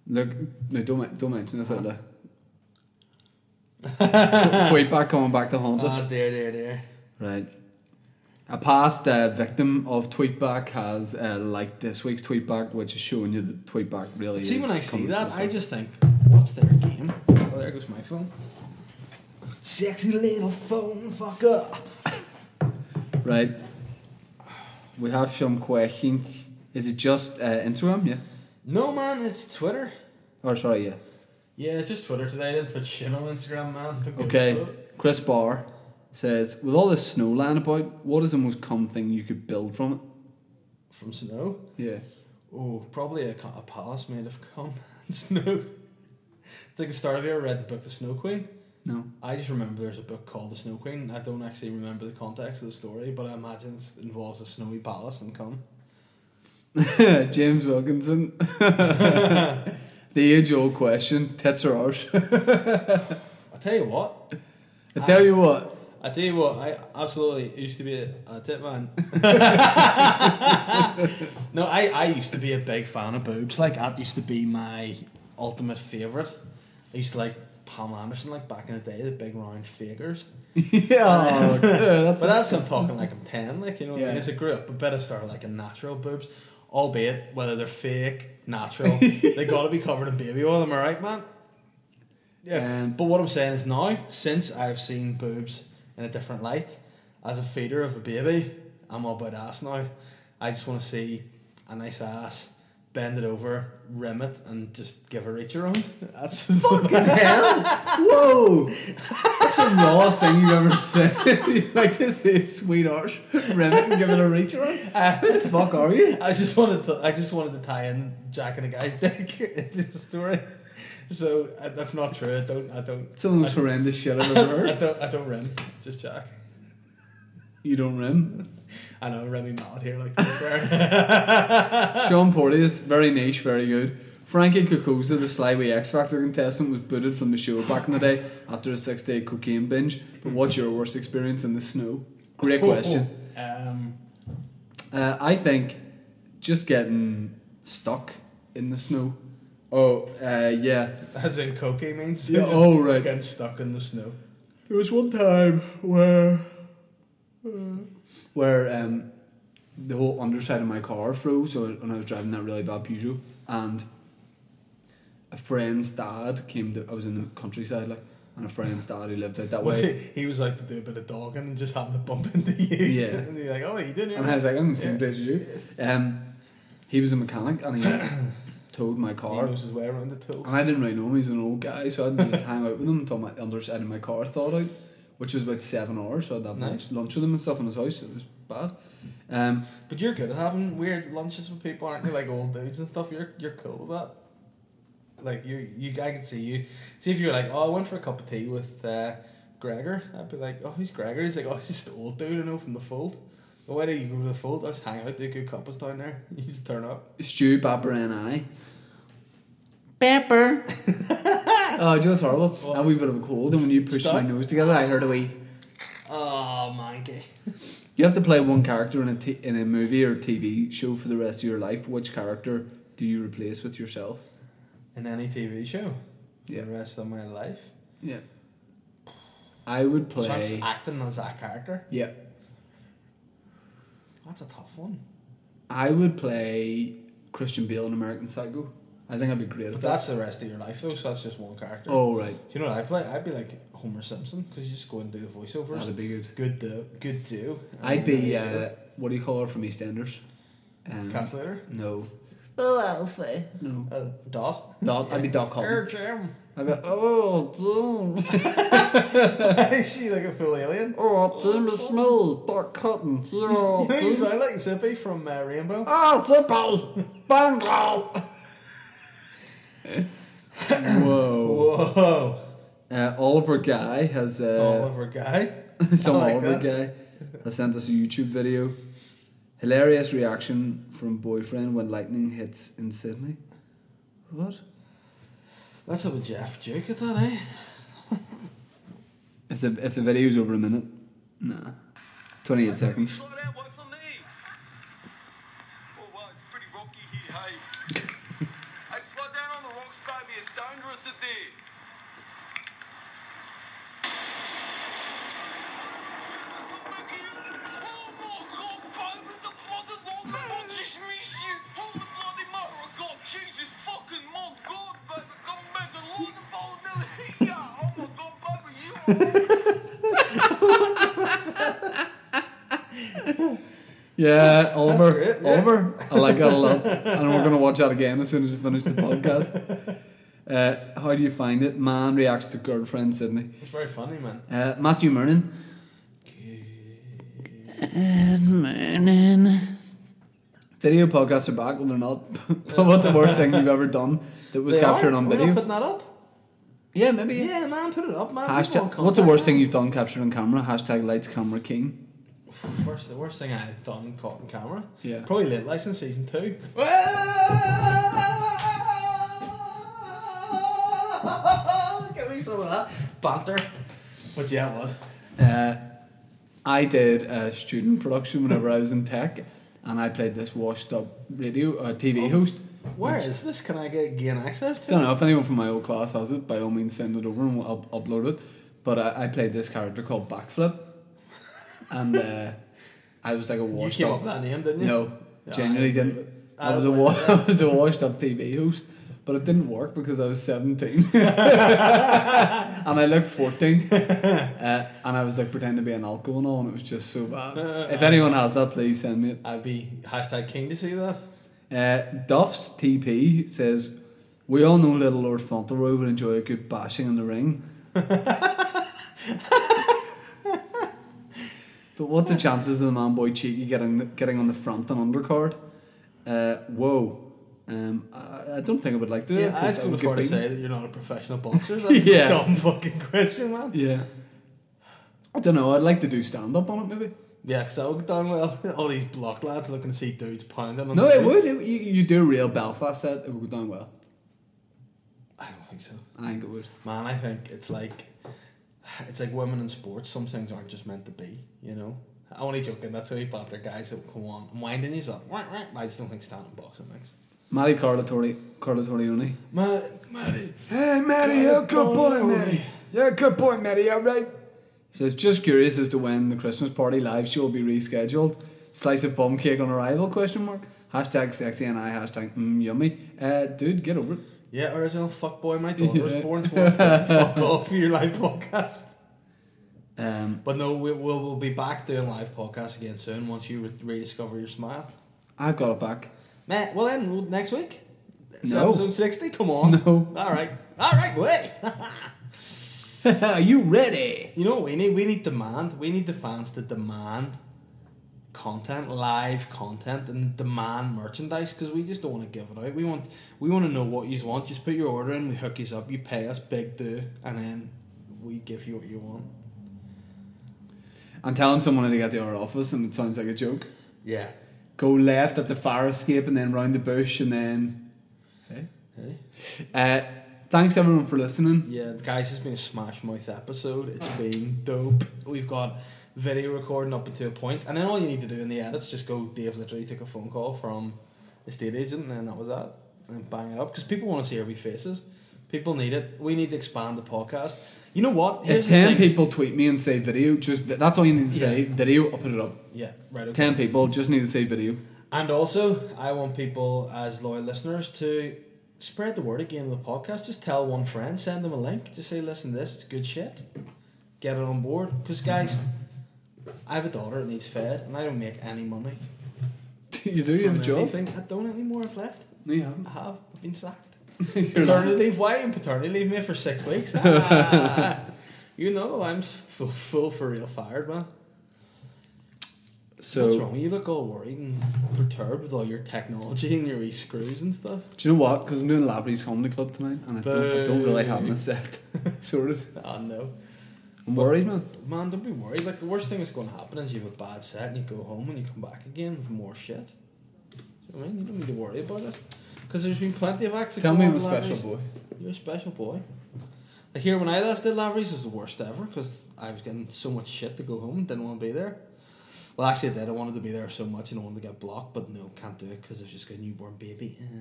Speaker 4: Look, no, don't men- don't mention this out
Speaker 5: Uh-huh.
Speaker 4: loud. Tw- Tweet back coming back to haunt us.
Speaker 5: Oh, dear, dear, dear.
Speaker 4: Right. A past uh, victim of Tweetback has uh, liked this week's Tweetback, which is showing you that Tweetback really
Speaker 5: See,
Speaker 4: is.
Speaker 5: when I see
Speaker 4: coming
Speaker 5: that,
Speaker 4: for us.
Speaker 5: I just think, what's their game? Oh, there goes my phone. Sexy little phone fucker.
Speaker 4: Right. We have some questions. Is it just uh, Instagram? Yeah.
Speaker 5: No, man, it's Twitter.
Speaker 4: Or sorry, yeah.
Speaker 5: Yeah, just Twitter today. I didn't put shit on Instagram, man. Don't give a
Speaker 4: Okay.
Speaker 5: fuck.
Speaker 4: Chris Barr says, with all this snow lying about, what is the most common thing you could build from it?
Speaker 5: From snow?
Speaker 4: Yeah.
Speaker 5: Oh, probably a, co- a palace made of cum and snow. I think the start of it, I read the book The Snow Queen.
Speaker 4: No.
Speaker 5: I just remember there's a book called The Snow Queen. I don't actually remember the context of the story, but I imagine it's- it involves a snowy palace and cum.
Speaker 4: James Wilkinson. the age old question, tits or arse.
Speaker 5: I tell you what,
Speaker 4: I tell you what,
Speaker 5: I tell you what, I absolutely used to be a, a tit man. no, I, I used to be a big fan of boobs. Like, that used to be my ultimate favourite. I used to like Pam Anderson, like back in the day, the big round figures.
Speaker 4: yeah, oh, yeah, that's
Speaker 5: but that's I'm talking like I'm ten, like you know. what I mean?
Speaker 4: Yeah.
Speaker 5: As a group, but better start like a natural boobs, albeit whether they're fake, natural, they got to be covered in baby oil. Am I right, man? Yeah.
Speaker 4: Um,
Speaker 5: but what I'm saying is now, since I've seen boobs in a different light, as a feeder of a baby, I'm all about ass now. I just want to see a nice ass. Bend it over, rim it, and just give her each her own. That's just
Speaker 4: hell. Whoa, that's the rawest thing you've ever said. like this is sweet arse. Rim it and give it a reach around. Who the fuck are you?
Speaker 5: I just wanted to. I just wanted to tie in Jack and the guy's dick into the story. So uh, that's not true. I don't. I don't.
Speaker 4: It's the most horrendous shit I've ever
Speaker 5: I
Speaker 4: heard.
Speaker 5: don't. I don't rim. Just Jack.
Speaker 4: You don't rim.
Speaker 5: I know Remy Mallet here. Like to be fair.
Speaker 4: Sean Porteous, very niche, very good. Frankie Kokoza, the sly wee X Factor contestant, was booted from the show back in the day after a six day cocaine binge. But what's your worst experience in the snow? Great question.
Speaker 5: Um,
Speaker 4: Uh, I think just getting stuck in the snow. Oh, uh, yeah.
Speaker 5: as in cocaine means.
Speaker 4: Yeah, oh, right.
Speaker 5: Getting stuck in the snow.
Speaker 4: There was one time where, uh, where um, the whole underside of my car froze, so when I was driving that really bad Peugeot, and a friend's dad came to. I was in the countryside, like, and a friend's dad who lived out that
Speaker 5: Was he?
Speaker 4: way.
Speaker 5: He was like to do a bit of dogging and just happened to bump into you.
Speaker 4: Yeah.
Speaker 5: and you're like, oh, what are you doing? here,
Speaker 4: And I was
Speaker 5: mate?"
Speaker 4: like, I'm in the same place as you. Um, he was a mechanic, and he towed my
Speaker 5: He
Speaker 4: car.
Speaker 5: knows his way around the tools.
Speaker 4: And I didn't really know him, he's an old guy, so I would just hang out with him until my underside of my car thawed out, which was about seven hours, so I'd have
Speaker 6: Nice.
Speaker 4: nice lunch with him and stuff in his house. It was bad. Um,
Speaker 5: But you're good at having weird lunches with people, aren't you? Like old dudes and stuff. You're you're cool with that. Like you, you, I could see you. See if you're like, oh, I went for a cup of tea with uh, Gregor. I'd be like, oh, who's Gregor? He's like, oh, he's just the old dude I know from the fold. But why do you go to the fold? I just hang out. The good couples down there. You just turn up.
Speaker 4: Stu, Barbara, and I.
Speaker 2: Pepper.
Speaker 4: Oh, just horrible. A wee bit of a cold, and when you pushed my
Speaker 5: Stuck?
Speaker 4: nose together, I heard a wee.
Speaker 5: Oh, monkey.
Speaker 4: You have to play one character in a t- in a movie or TV show for the rest of your life. Which character do you replace with yourself?
Speaker 5: In any TV show.
Speaker 4: Yeah.
Speaker 5: The rest of my life.
Speaker 4: Yeah. I would play.
Speaker 5: So I'm just acting as that character.
Speaker 4: yeah.
Speaker 5: That's a tough one.
Speaker 4: I would play Christian Bale in American Psycho. I think I'd be great
Speaker 5: But
Speaker 4: at
Speaker 5: that's
Speaker 4: that.
Speaker 5: the rest of your life though. So that's just one character.
Speaker 4: Oh right,
Speaker 5: Do you know what I play? I'd be like Homer Simpson because you just go and do the voiceovers.
Speaker 4: that'd be good.
Speaker 5: Good do, good do.
Speaker 4: I'd be uh, what do you call her from EastEnders? Um,
Speaker 5: Translator.
Speaker 4: No,
Speaker 2: Oh, Alfie.
Speaker 4: no.
Speaker 5: Uh, Dot.
Speaker 4: Dot. I'd be Doc
Speaker 5: Air
Speaker 4: Holland.
Speaker 5: Jim.
Speaker 4: I'd be oh, Doom.
Speaker 5: Is she like a full alien?
Speaker 4: oh, Doom is me, Doc Cotton. You're
Speaker 5: You know, you sound like Zippy from uh, Rainbow.
Speaker 4: Oh, football! Bungle! Whoa.
Speaker 5: Whoa,
Speaker 4: Uh, Oliver Guy has, uh,
Speaker 5: Oliver Guy.
Speaker 4: some
Speaker 5: I like
Speaker 4: Oliver
Speaker 5: that.
Speaker 4: Guy has sent us a YouTube video. Hilarious reaction from boyfriend when lightning hits in Sydney. What?
Speaker 5: Let's have a Jeff joke at that, eh?
Speaker 4: If the, if the video's over a minute, nah. 28 seconds.
Speaker 7: Slow down, wait for me. Oh, wow, it's pretty rocky here, hey. hey, slow down on the rocks, baby. It's dangerous in there. Oh, Jesus fucking my god, baby, come back and load the ball Yeah, oh my god, baby, you are
Speaker 4: Yeah, Oliver.
Speaker 5: great, yeah.
Speaker 4: Oliver. I like that a lot. And we're going to watch that again as soon as we finish the podcast. Uh, how do you find it? Man reacts to girlfriend Sydney.
Speaker 5: It's very funny, man.
Speaker 4: Uh, Matthew Mernon. Video podcasts are back. Well, they're not. but what's the worst thing you've ever done that was
Speaker 5: They
Speaker 4: captured
Speaker 5: are?
Speaker 4: on
Speaker 5: We're not
Speaker 4: video?
Speaker 5: putting that up.
Speaker 4: Yeah, maybe.
Speaker 5: Yeah, man, put it up, man. People want
Speaker 4: Hashtag, what's the
Speaker 5: contact,
Speaker 4: worst
Speaker 5: man.
Speaker 4: thing you've done captured on camera? Hashtag lights camera king.
Speaker 5: Worst, the worst thing I've done caught on camera.
Speaker 4: Yeah.
Speaker 5: Probably Lit License Season 2. Give me some of that banter. But yeah, it was.
Speaker 4: Uh, I did a student production whenever I was in tech, and I played this washed up radio uh, TV
Speaker 5: Oh,
Speaker 4: host.
Speaker 5: Where is this? Can I get gain access to?
Speaker 4: don't know if anyone from my old class has it. By all means, send it over and we'll up- upload it. But I, I played this character called Backflip, and uh, I was like a
Speaker 5: You
Speaker 4: washed
Speaker 5: came
Speaker 4: up.
Speaker 5: up with that name, didn't you?
Speaker 4: No,
Speaker 5: Yeah,
Speaker 4: genuinely
Speaker 5: I believe
Speaker 4: didn't.
Speaker 5: it.
Speaker 4: I,
Speaker 5: I
Speaker 4: was a
Speaker 5: believe
Speaker 4: wa-
Speaker 5: it.
Speaker 4: I was a washed up TV host, but it didn't work because I was seventeen, and I looked fourteen, uh, and I was like pretending to be an alcohol and all, and it was just so bad. If anyone has that, please send me it.
Speaker 5: I'd be hashtag king to see that.
Speaker 4: Uh, Duff's TP says, "We all know little Lord Fauntleroy would enjoy a good bashing in the ring." but what's the chances of the man boy cheeky getting getting on the Frampton undercard? Uh, whoa, um, I, I don't think I would like to. do that
Speaker 5: Yeah, I
Speaker 4: 'cause
Speaker 5: was going
Speaker 4: would
Speaker 5: to far to
Speaker 4: get
Speaker 5: say
Speaker 4: beaten.
Speaker 5: that you're not a professional boxer. That's
Speaker 4: Yeah.
Speaker 5: a dumb fucking question, man.
Speaker 4: Yeah, I don't know. I'd like to do stand up on it, maybe.
Speaker 5: Yeah, because that would go down well. All these block lads looking to see dudes pounding. on
Speaker 4: No,
Speaker 5: the
Speaker 4: it
Speaker 5: dudes.
Speaker 4: would. It, you, you do a real Belfast set, it would go down well.
Speaker 5: I don't think so.
Speaker 4: I think it would.
Speaker 5: Man, I think it's like it's like women in sports. Some things aren't just meant to be, you know. I'm only joking. That's how you banter guys that come on. I'm winding you up. Right, right. I just don't think standing boxing makes.
Speaker 4: Matty Carlatori, Carlatorione.
Speaker 5: Ma- Matty,
Speaker 4: Hey, Matty,
Speaker 5: you're a good boy, Matty.
Speaker 4: You're a good boy, Matty, alright? Says, just curious as to when the Christmas party live show will be rescheduled. Slice of bum cake on arrival, question mark. Hashtag sexy and I, hashtag mm, yummy. Uh, dude, get over it.
Speaker 5: yeah, original fuck boy. My daughter was
Speaker 4: Yeah.
Speaker 5: born. So fuck off your live podcast.
Speaker 4: Um,
Speaker 5: But no, we, we'll we'll be back doing live podcasts again soon once you re- rediscover your smile.
Speaker 4: I've got it back.
Speaker 5: Matt, well then we'll- next week. It's
Speaker 4: No.
Speaker 5: episode 60? Come on.
Speaker 4: No.
Speaker 5: Alright. Alright, wait.
Speaker 4: Are you ready?
Speaker 5: You know what we need? We need demand. We need the fans to demand content, live content, and demand merchandise because we just don't want to give it out. We want we want to know what you want. Just put your order in. We hook you up. You pay us big do, and then we give you what you want.
Speaker 4: I'm telling someone to get to our office, and it sounds like a joke.
Speaker 5: Yeah.
Speaker 4: Go left at the fire escape, and then round the bush, and then. Hey.
Speaker 5: Hey.
Speaker 4: Uh, thanks everyone for listening.
Speaker 5: Yeah, guys, it's been a smash mouth episode. It's been dope. We've got video recording up to a point, and then all you need to do in the edits just go. Dave literally took a phone call from the state agent, and then that was that, and bang it up because people want to see our wee faces. People need it. We need to expand the podcast. You know what?
Speaker 4: if
Speaker 5: Here's the
Speaker 4: ten
Speaker 5: thing.
Speaker 4: people tweet me and say video, just that's all you need to say. Video, I'll put it up.
Speaker 5: yeah, right. Okay.
Speaker 4: Ten people just need to say video.
Speaker 5: And also, I want people as loyal listeners to spread the word again of the podcast. Just tell one friend, send them a link, just say, "Listen, to this it's good shit." Get it on board, because guys, I have a daughter that needs fed, and I don't make any money.
Speaker 4: you do. You
Speaker 5: from
Speaker 4: have a job.
Speaker 5: anything. I don't anymore. I've left.
Speaker 4: No, you haven't.
Speaker 5: I have. I've been sacked.
Speaker 4: You're not.
Speaker 5: Paternity leave. Why and paternity leave me for six weeks? Ah. you know, I'm s- full, full for real fired, man.
Speaker 4: So
Speaker 5: What's wrong? with You You look all worried and perturbed with all your technology and your wee screws and stuff.
Speaker 4: Do you know what? Because I'm doing Laverty's Comedy Club tonight, and I don't, I don't really have
Speaker 5: Boo.
Speaker 4: an set sorted.
Speaker 5: Oh no.
Speaker 4: I'm worried, man.
Speaker 5: Man, don't be worried. Like the worst thing that's going to happen is you have a bad set and you go home and you come back again with more shit. Do you know what I mean? You don't need to worry about it because there's been plenty of acts. that
Speaker 4: Tell
Speaker 5: go
Speaker 4: me
Speaker 5: on
Speaker 4: I'm a
Speaker 5: at
Speaker 4: special
Speaker 5: Lavery's.
Speaker 4: boy.
Speaker 5: You're a special boy. Like here when I last did Lavery's it was the worst ever because I was getting so much shit to go home. Didn't want to be there. Well, actually, I did. I wanted to be there so much and I wanted to get blocked, but no, can't do it because I've just got a newborn baby. Eh.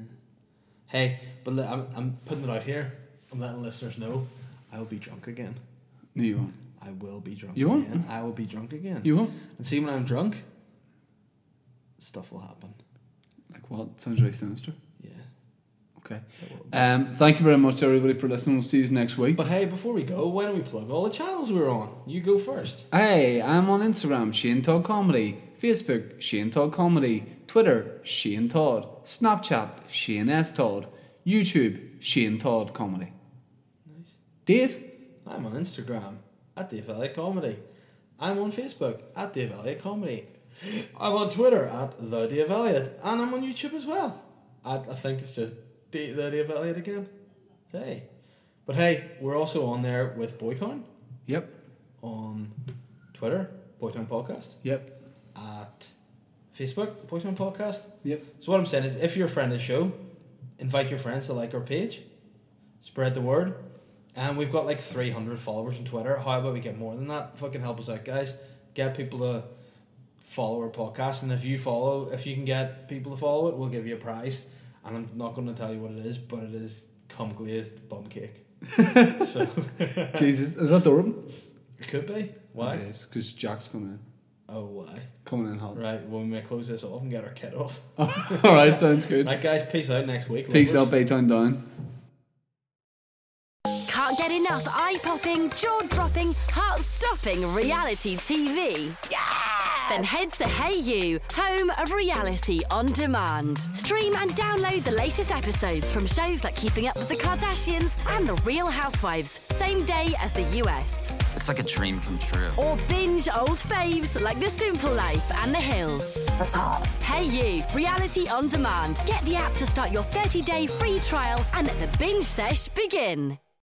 Speaker 5: Hey, but li- I'm I'm putting it out here. I'm letting listeners know I will be drunk again.
Speaker 4: No, you won't.
Speaker 5: I will be drunk
Speaker 4: You won't?
Speaker 5: again. I will be drunk again.
Speaker 4: You won't.
Speaker 5: and see when I'm drunk, stuff will happen.
Speaker 4: Like what? Sounds really sinister.
Speaker 5: Yeah.
Speaker 4: Okay.
Speaker 5: it will.
Speaker 4: Um, thank you very much, everybody, for listening. We'll see you next week.
Speaker 5: But hey, before we go, why don't we plug all the channels we're on? You go first.
Speaker 4: Hey, I'm on Instagram, Shane Todd Comedy, Facebook, Shane Todd Comedy, Twitter, Shane Todd, Snapchat, Shane S Todd, YouTube, Shane Todd Comedy. Dave,
Speaker 5: I'm on Instagram at the Valley Comedy. I'm on Facebook at the Valley Comedy. I'm on Twitter at the Dave Elliot, and I'm on YouTube as well. At I think it's just the, the Dave Elliot again. Hey, but hey, we're also on there with Boytown
Speaker 4: yep,
Speaker 5: on Twitter, Boytown Podcast
Speaker 4: yep,
Speaker 5: at Facebook, Boytown Podcast.
Speaker 4: yep.
Speaker 5: So what I'm saying is, if you're a friend of the show, invite your friends to like our page, spread the word, and we've got like 300 followers on Twitter. How about we get more than that? Fucking help us out, guys. Get people to follow our podcast, and if you follow, if you can get people to follow it, we'll give you a prize. And I'm not going to tell you what it is, but it is cum glazed bum cake. so
Speaker 4: Jesus, is that door open?
Speaker 5: it could be why?
Speaker 4: It is, because Jack's coming in.
Speaker 5: Oh why?
Speaker 4: Coming in hot.
Speaker 5: Right. Well, we may close this off and get our kid off.
Speaker 4: All right, sounds good.
Speaker 5: Right, guys. Peace out next week.
Speaker 4: Peace
Speaker 5: lovers.
Speaker 4: out, Baytown Down.
Speaker 1: Can't get enough eye popping, jaw dropping, heart stopping reality TV. Then head to Hey You, home of reality on demand. Stream and download the latest episodes from shows like Keeping Up with the Kardashians and The Real Housewives, same day as the US.
Speaker 8: It's like a dream come true.
Speaker 1: Or binge old faves like The Simple Life and The Hills. That's hard. Hey You, reality on demand. Get the app to start your 30 day free trial and let the binge sesh begin.